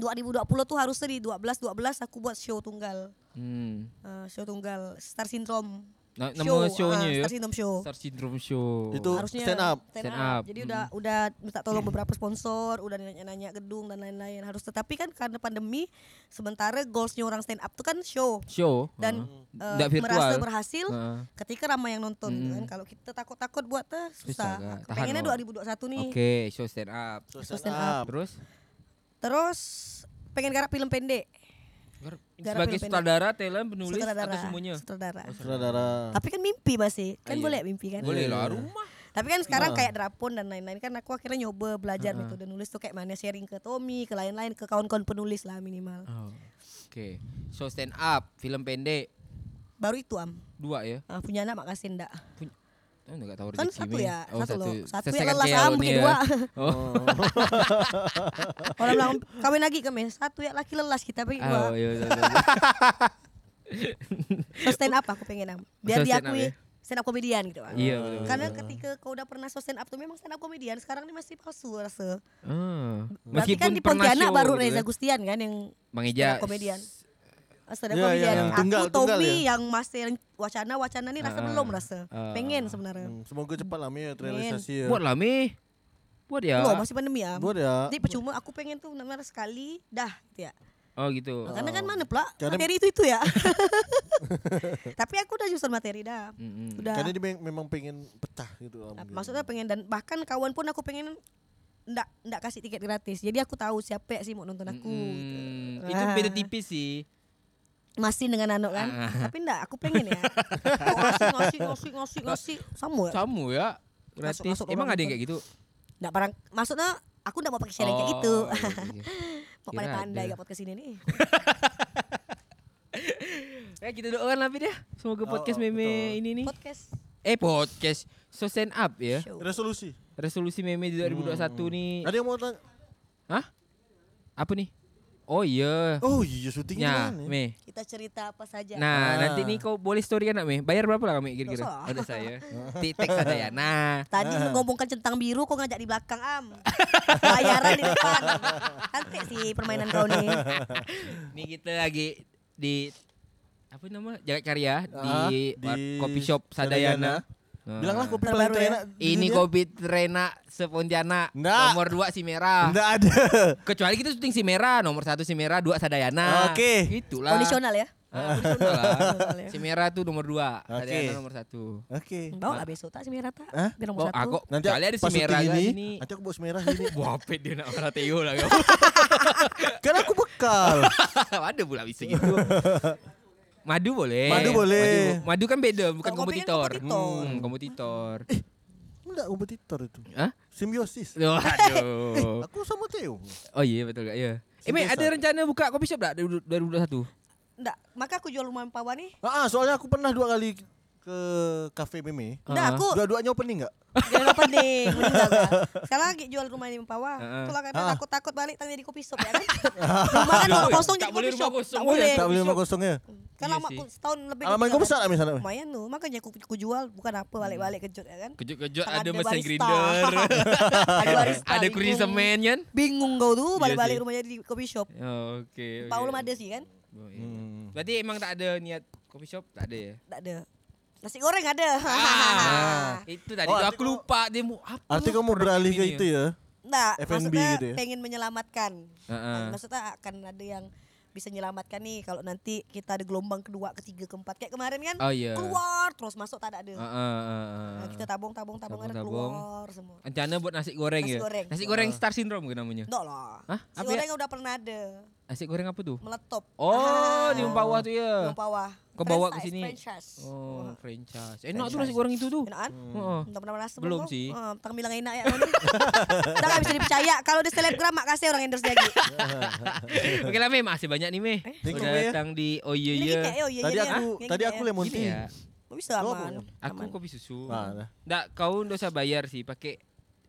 Speaker 4: 2020 tuh harusnya di 12 12 aku buat show tunggal.
Speaker 2: Hmm.
Speaker 4: Eh, show tunggal Star Syndrome.
Speaker 2: Nah, nama show-nya
Speaker 4: ah,
Speaker 2: ya.
Speaker 4: Star Syndrome Show.
Speaker 2: Star Syndrome Show.
Speaker 3: Itu
Speaker 4: Harusnya
Speaker 3: stand up.
Speaker 4: Stand
Speaker 2: Stand
Speaker 4: up.
Speaker 2: up,
Speaker 4: Jadi
Speaker 2: mm.
Speaker 4: udah udah minta tolong beberapa sponsor, udah nanya-nanya gedung dan lain-lain. Harus tetapi kan karena pandemi sementara goalsnya orang stand up tuh kan show
Speaker 2: show
Speaker 4: dan
Speaker 2: Heeh.
Speaker 4: eh,
Speaker 2: Ndak
Speaker 4: merasa
Speaker 2: Hmm. virtual. Hmm.
Speaker 4: berhasil
Speaker 2: Heeh.
Speaker 4: ketika ramai yang nonton gitu
Speaker 2: Mm.
Speaker 4: kan. Kalau kita takut-takut buat tuh
Speaker 2: Susah,
Speaker 4: susah.
Speaker 2: Kak. Tahan,
Speaker 4: Pengennya
Speaker 2: Wak.
Speaker 4: 2021 nih.
Speaker 2: Oke, show stand up.
Speaker 3: So,
Speaker 4: Terus stand up.
Speaker 2: Terus
Speaker 4: Terus pengen garap film pendek. Garap
Speaker 2: sebagai
Speaker 4: film pendek.
Speaker 2: sutradara, talent, penulis atau
Speaker 4: sutradara.
Speaker 2: semuanya.
Speaker 4: Sutradara.
Speaker 3: Saudara.
Speaker 4: Tapi kan mimpi masih, kan
Speaker 2: Ah, iya.
Speaker 4: boleh mimpi kan.
Speaker 2: Boleh
Speaker 3: Iya.
Speaker 2: lah rumah.
Speaker 4: Tapi kan sekarang
Speaker 3: Ah.
Speaker 4: kayak drapon dan lain-lain kan aku akhirnya nyoba belajar
Speaker 2: Ah, ah.
Speaker 4: metode nulis tuh kayak mana sharing ke Tommy, ke lain-lain, ke kawan-kawan penulis lah minimal.
Speaker 2: Oh. Oke. Show stand up, film pendek
Speaker 4: Baru itu am.
Speaker 2: dua ya.
Speaker 4: Ah, punya anak makasih ndak.
Speaker 2: Oh, enggak tahu
Speaker 4: Kan
Speaker 2: rezeki,
Speaker 4: satu
Speaker 2: Mei.
Speaker 4: ya,
Speaker 2: Oh,
Speaker 4: satu, loh. Satu
Speaker 2: Saya
Speaker 4: ya
Speaker 2: kan
Speaker 4: lelas
Speaker 2: kayak
Speaker 4: am
Speaker 2: ini
Speaker 4: bagi
Speaker 2: ya.
Speaker 4: dua.
Speaker 2: Oh.
Speaker 4: Orang bilang kawin lagi kami. Satu ya laki lelas kita bagi
Speaker 2: Oh,
Speaker 4: dua.
Speaker 2: iya, iya, iya, iya.
Speaker 4: So stand up aku pengen am. Biar
Speaker 2: So, stand up,
Speaker 4: diakui
Speaker 2: ya?
Speaker 4: stand up komedian gitu. Am.
Speaker 2: Iya, betul.
Speaker 4: Karena ketika kau udah pernah so stand up tuh memang stand up komedian sekarang ini masih palsu rasa.
Speaker 2: Ah.
Speaker 4: Berarti kan di
Speaker 2: pernah
Speaker 4: Pontianak
Speaker 2: show
Speaker 4: baru
Speaker 2: gitu ya.
Speaker 4: Reza Gustian kan yang
Speaker 2: Bang Eja.
Speaker 4: stand up komedian. Stand up
Speaker 3: Iya,
Speaker 4: comedian.
Speaker 3: iya.
Speaker 4: Aku
Speaker 3: Tunggal-
Speaker 4: Tommy
Speaker 3: tunggal ya?
Speaker 4: yang masih wacana-wacana nih rasa
Speaker 2: Ah,
Speaker 4: belum rasa.
Speaker 2: ah.
Speaker 4: Pengen sebenarnya.
Speaker 3: Hmm, Semoga cepat lah Mei terrealisasi ya.
Speaker 2: Buat lah Mi. Buat ya.
Speaker 4: Belum masih pandemi ya.
Speaker 3: Buat ya.
Speaker 4: Jadi percuma aku pengen tuh benar-benar sekali dah gitu ya.
Speaker 2: Oh gitu.
Speaker 4: Karena kan mana pula
Speaker 3: Ah. Karena-
Speaker 4: materi itu itu ya. Tapi aku udah nyusun materi dah.
Speaker 2: Mm-mm.
Speaker 3: Hmm.
Speaker 4: Udah. Nah,
Speaker 3: Karena dia mem- memang pengen pecah gitu. Am, gitu.
Speaker 4: Maksudnya pengen dan bahkan kawan pun aku pengen ndak ndak kasih tiket gratis. Jadi aku tahu siapa sih mau nonton aku. gitu.
Speaker 3: Hmm.
Speaker 2: Mm, Itu beda tipis sih.
Speaker 4: Masih dengan anak kan.
Speaker 3: Ah.
Speaker 4: Tapi ndak aku pengen ya. Oh, ngasih ngasih ngasih ngasih ngasih sama ya.
Speaker 2: Kamu ya. Gratis.
Speaker 4: Masuk- masuk
Speaker 2: Emang
Speaker 4: orang
Speaker 2: ada yang
Speaker 4: itu.
Speaker 2: kayak gitu?
Speaker 4: Nggak barang maksudnya aku nggak mau pakai sharing kayak
Speaker 2: Oh,
Speaker 4: gitu.
Speaker 2: iya, iya, iya.
Speaker 4: Mau
Speaker 2: Kira
Speaker 4: pada pandai
Speaker 2: ada.
Speaker 4: gak podcast ini nih.
Speaker 2: Ya kita doakan lah Fit ya. Semoga
Speaker 3: Oh,
Speaker 2: podcast
Speaker 3: oh,
Speaker 2: meme
Speaker 3: betul.
Speaker 2: ini nih.
Speaker 4: Podcast
Speaker 2: Eh podcast. So stand up ya.
Speaker 4: show.
Speaker 3: Resolusi.
Speaker 2: Resolusi meme di 2021 nih.
Speaker 4: Iya.
Speaker 3: Ada yang mau tanya?
Speaker 2: Hah? Apa nih? Oh iya.
Speaker 3: Oh iya syutingnya
Speaker 2: Ya,
Speaker 3: kan, ya.
Speaker 2: Me.
Speaker 4: Kita cerita apa saja.
Speaker 2: Nah,
Speaker 3: Ah.
Speaker 2: nanti nih kau boleh story kan, Me? Bayar berapa lah, Me? Kira-kira.
Speaker 4: Nggak usah.
Speaker 2: Ada saya. Titik saja ya. Nah,
Speaker 4: Tadi ngomongkan centang biru kok ngajak di belakang am. Bayaran di depan. Cantik sih permainan kau nih.
Speaker 2: ini kita lagi di apa nama? Jagat Karya
Speaker 3: Ah,
Speaker 2: di,
Speaker 3: di
Speaker 2: kopi shop Sadayana.
Speaker 3: Sadayana.
Speaker 2: Nah.
Speaker 3: Bilanglah kopi
Speaker 4: Terbaru
Speaker 3: paling
Speaker 4: ya?
Speaker 3: terenak. di
Speaker 2: ini
Speaker 3: dunia.
Speaker 2: kopi Trena Sepontianak
Speaker 3: Nggak.
Speaker 2: nomor 2 si merah.
Speaker 3: Nggak ada.
Speaker 2: Kecuali kita syuting si merah, nomor satu si merah, dua Sadayana.
Speaker 3: Oke.
Speaker 2: Itulah.
Speaker 4: Kondisional ya.
Speaker 2: Ah, kondisional
Speaker 4: Kondisional
Speaker 2: lah.
Speaker 4: ya.
Speaker 2: si merah tuh nomor dua,
Speaker 3: Oke.
Speaker 2: Sadayana nomor satu.
Speaker 3: Oke.
Speaker 4: Bawa lah besok tak si Merata.
Speaker 3: Hah?
Speaker 4: Biar
Speaker 2: Oh,
Speaker 4: nomor
Speaker 2: aku
Speaker 4: satu.
Speaker 3: Nanti
Speaker 2: kali ada si
Speaker 3: pas
Speaker 2: merah
Speaker 3: syuting
Speaker 2: ini.
Speaker 3: ini. Nanti aku bawa si merah ini.
Speaker 2: Wah, pet dia nak marah Teo lah kau.
Speaker 3: kan aku bekal.
Speaker 2: Ada pula bisa gitu. Madu boleh.
Speaker 3: Madu boleh.
Speaker 2: Madu, madu kan beda, bukan
Speaker 4: Kalau kopi kan
Speaker 2: kompetitor.
Speaker 4: kompetitor.
Speaker 2: Hmm, kompetitor.
Speaker 3: Enggak kompetitor itu.
Speaker 2: Hah?
Speaker 3: Simbiosis.
Speaker 2: Loh, aduh.
Speaker 3: Aku sama Theo.
Speaker 2: Oh iya betul gak? Iya. Eh, Mei,
Speaker 3: Simbiasa.
Speaker 2: ada rencana buka kopi shop tak 2021?
Speaker 4: Nggak, maka aku jual rumah Pawa nih.
Speaker 3: Ah, ah, soalnya aku pernah dua kali ke kafe Meme.
Speaker 4: Nggak,
Speaker 2: Ah.
Speaker 4: aku
Speaker 3: Dua-duanya opening enggak?
Speaker 4: jangan apa nih. Meninggal gak? Sekarang lagi jual rumah di Pawa.
Speaker 2: Ah.
Speaker 4: Itulah karena
Speaker 3: Ah.
Speaker 4: takut-takut balik tadi jadi kopi shop ya kan. rumah kan kalau
Speaker 2: Aduh,
Speaker 4: kosong
Speaker 2: tak
Speaker 4: jadi
Speaker 2: boleh
Speaker 4: kopi
Speaker 2: rumah
Speaker 4: shop.
Speaker 2: kosong
Speaker 4: Tak
Speaker 2: pun ya,
Speaker 4: boleh.
Speaker 3: Tak boleh
Speaker 4: kopi shop.
Speaker 3: lama kosongnya.
Speaker 4: Kan
Speaker 2: Iya
Speaker 4: lama
Speaker 2: sih.
Speaker 4: aku setahun lebih.
Speaker 3: Alaman
Speaker 4: ditinggal
Speaker 3: kau besar
Speaker 4: kan.
Speaker 3: tak misalnya?
Speaker 4: Lumayan tuh, makanya aku, aku jual bukan apa balik-balik kejut ya kan.
Speaker 2: Kejut-kejut
Speaker 4: Tak
Speaker 2: ada mesin
Speaker 4: barista.
Speaker 2: grinder.
Speaker 4: ada barista.
Speaker 2: ada kursi
Speaker 4: bingung.
Speaker 2: semen kan?
Speaker 4: Bingung kau tuh
Speaker 2: Iya
Speaker 4: balik-balik
Speaker 2: sih.
Speaker 4: rumahnya di coffee shop.
Speaker 2: Oh, Oke. oke.
Speaker 4: Paul ada sih kan?
Speaker 2: Oh, iya.
Speaker 3: Hmm.
Speaker 2: Berarti emang tak ada niat kopi shop? Tak ada ya?
Speaker 4: Tak ada. Nasi goreng ada.
Speaker 2: Ah, itu tadi
Speaker 3: Oh,
Speaker 2: tuh
Speaker 3: arti
Speaker 2: aku lupa dia mau apa? lu
Speaker 3: Arti kamu beralih
Speaker 2: ini
Speaker 3: ke itu ya?
Speaker 4: Nah,
Speaker 3: F&B
Speaker 4: maksudnya
Speaker 3: gitu ya?
Speaker 4: pengen menyelamatkan.
Speaker 2: Ah, ah.
Speaker 4: Maksudnya akan ada yang bisa menyelamatkan nih kalau nanti kita ada gelombang kedua, ketiga, keempat kayak kemarin kan
Speaker 2: Oh, iya.
Speaker 4: keluar terus masuk tak ada.
Speaker 2: Ah, ah, ah, ah.
Speaker 4: Nah, kita tabung tabung tabung, ada
Speaker 2: Tabung-tabung.
Speaker 4: keluar semua.
Speaker 2: Rencana buat nasi goreng
Speaker 4: Nasi
Speaker 2: ya.
Speaker 4: goreng. Oh.
Speaker 2: Nasi goreng Star Syndrome ke namanya.
Speaker 4: Enggak lah.
Speaker 2: Hah?
Speaker 4: Nasi
Speaker 2: Apa ya?
Speaker 4: goreng udah pernah ada.
Speaker 2: Nasi goreng apa tuh?
Speaker 4: Meletop.
Speaker 2: Oh, di bawah tuh
Speaker 4: Ah. Di
Speaker 2: ya.
Speaker 4: Umpawa.
Speaker 2: Kau bawa
Speaker 4: Franchise,
Speaker 2: ke sini?
Speaker 4: franchise.
Speaker 2: Oh, franchise. Enak tuh
Speaker 4: Franchise.
Speaker 2: nasi goreng itu Oh, tuh.
Speaker 4: Enak kan?
Speaker 2: Heeh.
Speaker 4: Enggak pernah merasa
Speaker 2: Belum
Speaker 4: kau?
Speaker 2: sih.
Speaker 4: Ah, tang bilang enak ya. kau ni. Dah nggak bisa dipercaya. Kalau di selebgram mak kasih orang endorse lagi.
Speaker 2: Oke lah, Mei, masih banyak nih, Mei.
Speaker 3: Thank you,
Speaker 2: Udah
Speaker 3: Mei, ya.
Speaker 2: datang di Oh iya
Speaker 4: Eh? Ini
Speaker 2: iya.
Speaker 4: kita, yo, iya,
Speaker 3: Tadi
Speaker 4: iya,
Speaker 3: aku
Speaker 4: iya,
Speaker 3: tadi
Speaker 4: iya,
Speaker 3: aku
Speaker 4: iya.
Speaker 3: lemon
Speaker 2: Gini
Speaker 3: tea.
Speaker 2: ya.
Speaker 4: Nggak bisa
Speaker 3: Kau
Speaker 4: aman.
Speaker 3: apa?
Speaker 2: Aku
Speaker 4: Aman.
Speaker 2: kopi susu.
Speaker 3: Ah, dah.
Speaker 2: Nggak, kau nggak usah bayar sih, pakai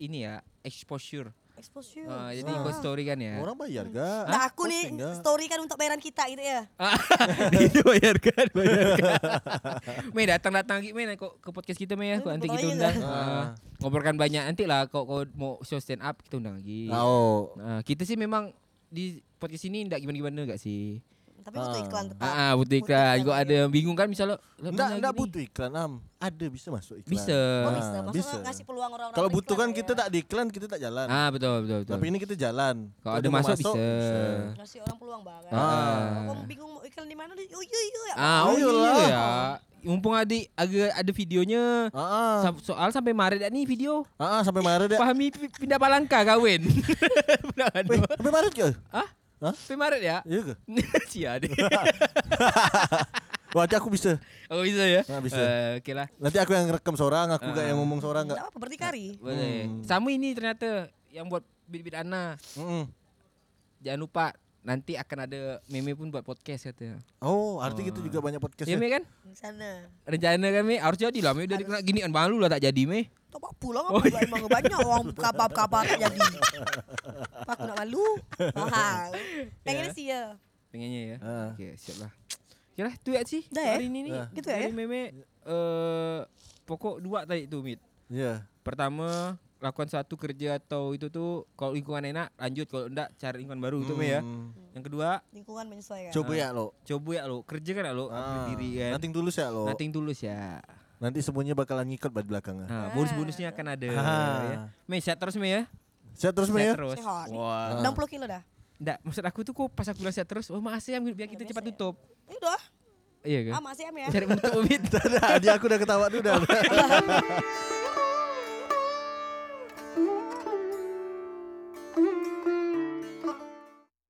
Speaker 2: ini ya, exposure.
Speaker 4: exposure.
Speaker 2: Ah, jadi
Speaker 4: Ah.
Speaker 2: kau story kan ya.
Speaker 3: Orang bayar gak?
Speaker 4: Nah aku nih
Speaker 3: Posting nggak?
Speaker 4: story kan untuk bayaran kita gitu ya.
Speaker 2: Ah, itu bayarkan, bayarkan. Mei datang datang lagi Mei naik kok ke podcast kita Mei ya, kok nanti kita
Speaker 4: Boleh
Speaker 2: undang.
Speaker 3: Eh, lah.
Speaker 2: Ah, ngobrolkan banyak nanti lah kok kau mau show stand up kita undang lagi.
Speaker 3: Nah, oh.
Speaker 2: Nah, kita sih memang di podcast ini ndak gimana-gimana enggak sih.
Speaker 4: tapi butuh iklan tetap.
Speaker 2: Ah, ah, butuh
Speaker 3: kan
Speaker 2: iklan. Gua ada yang bingung kan misalnya. lah,
Speaker 3: Enggak,
Speaker 2: mana
Speaker 3: enggak
Speaker 2: lagi nih?
Speaker 3: butuh iklan, Am. Ada bisa masuk iklan.
Speaker 2: Bisa.
Speaker 4: Oh,
Speaker 2: Ah,
Speaker 4: bisa.
Speaker 3: Ah,
Speaker 4: Maksudnya ngasih peluang orang-orang.
Speaker 3: Kalau
Speaker 4: beriklan
Speaker 3: butuh kan
Speaker 4: ya.
Speaker 3: kita tak di iklan, kita tak jalan.
Speaker 2: Ah, betul betul betul.
Speaker 3: kan. Tapi ini kita jalan.
Speaker 2: Kalau
Speaker 3: Kalau
Speaker 2: ada
Speaker 3: dia mau
Speaker 2: masuk, bisa.
Speaker 4: ngasih orang peluang banget.
Speaker 2: Ah.
Speaker 4: Kalau kamu bingung mau iklan di mana? di- Oh iya iya.
Speaker 2: Ah, oh
Speaker 3: Ayolah.
Speaker 2: iya ya. Mumpung ada agak ada videonya.
Speaker 3: Ah, ah.
Speaker 2: Sa- Soal sampai Maret dah ni video.
Speaker 3: Ah, ah, sampai Maret deh.
Speaker 2: Pahami pi- pindah palangka kawin. Benar kan?
Speaker 3: Weh, sampai Maret ke?
Speaker 2: Hah?
Speaker 3: Hah?
Speaker 2: Sampai Maret ya?
Speaker 3: Iya ke?
Speaker 2: Sia deh.
Speaker 3: Wah, nanti aku bisa.
Speaker 2: Oh bisa ya?
Speaker 3: Ah, bisa.
Speaker 2: Eh, Okey lah.
Speaker 3: Nanti aku yang rekam seorang, aku gak yang ngomong seorang gak.
Speaker 4: Enggak apa-apa
Speaker 2: Nah.
Speaker 4: berdikari.
Speaker 2: Boleh. Sama ini ternyata yang buat bit-bit Ana.
Speaker 3: Mm-mm.
Speaker 2: Jangan lupa nanti akan ada meme pun buat podcast katanya.
Speaker 3: Oh, arti kita juga banyak podcast.
Speaker 2: Ya
Speaker 3: ya?
Speaker 2: Me kan?
Speaker 4: Di sana.
Speaker 2: Rencana kan Me harus jadi lah Me udah kena gini kan malu lah tak jadi Me.
Speaker 4: Tak apa pulang apa pula emang banyak orang kapap-kapap tak jadi. Apa aku nak malu? Mahal. Pengen sih ya.
Speaker 2: Pengennya ya.
Speaker 3: Ah.
Speaker 2: Okey, siap lah. Okey lah, tu ya sih.
Speaker 4: Dah ya?
Speaker 2: Hari ini ni.
Speaker 3: Dah.
Speaker 4: Gitu ya,
Speaker 2: Dari
Speaker 4: ya?
Speaker 2: Meme eh pokok dua tadi tu Mit.
Speaker 3: Iya.
Speaker 2: Pertama lakukan satu kerja atau itu tu kalau lingkungan enak lanjut kalau enggak cari lingkungan baru itu Me ya.
Speaker 3: Hmm.
Speaker 2: Yang kedua
Speaker 4: Lingkungan menyesuaikan.
Speaker 3: Coba ya lo.
Speaker 2: coba ya lo kerja kan ya lo upgrade
Speaker 3: Ah,
Speaker 2: diri kan.
Speaker 3: Nanti tulus ya lo. Nanti,
Speaker 2: Nating tulus ya.
Speaker 3: semuanya bakalan ngikut di belakang. ah.
Speaker 2: Nah, bonus-bonusnya akan ada.
Speaker 3: Ah.
Speaker 2: Ya. Mei, sehat terus Mei ya.
Speaker 3: Saya
Speaker 2: Sehat
Speaker 3: terus Mei ya.
Speaker 2: terus.
Speaker 4: Sehat.
Speaker 2: Wah.
Speaker 4: 60 kilo dah.
Speaker 2: Nggak, maksud aku tuh kok pas aku bilang sehat terus, oh makasih ya biar kita cepat tutup.
Speaker 4: Ya udah.
Speaker 2: Iya kan?
Speaker 4: Ah masih am ya.
Speaker 2: Cari untuk Mit. Oh, iya.
Speaker 3: Dah, dia aku udah ketawa dulu dah.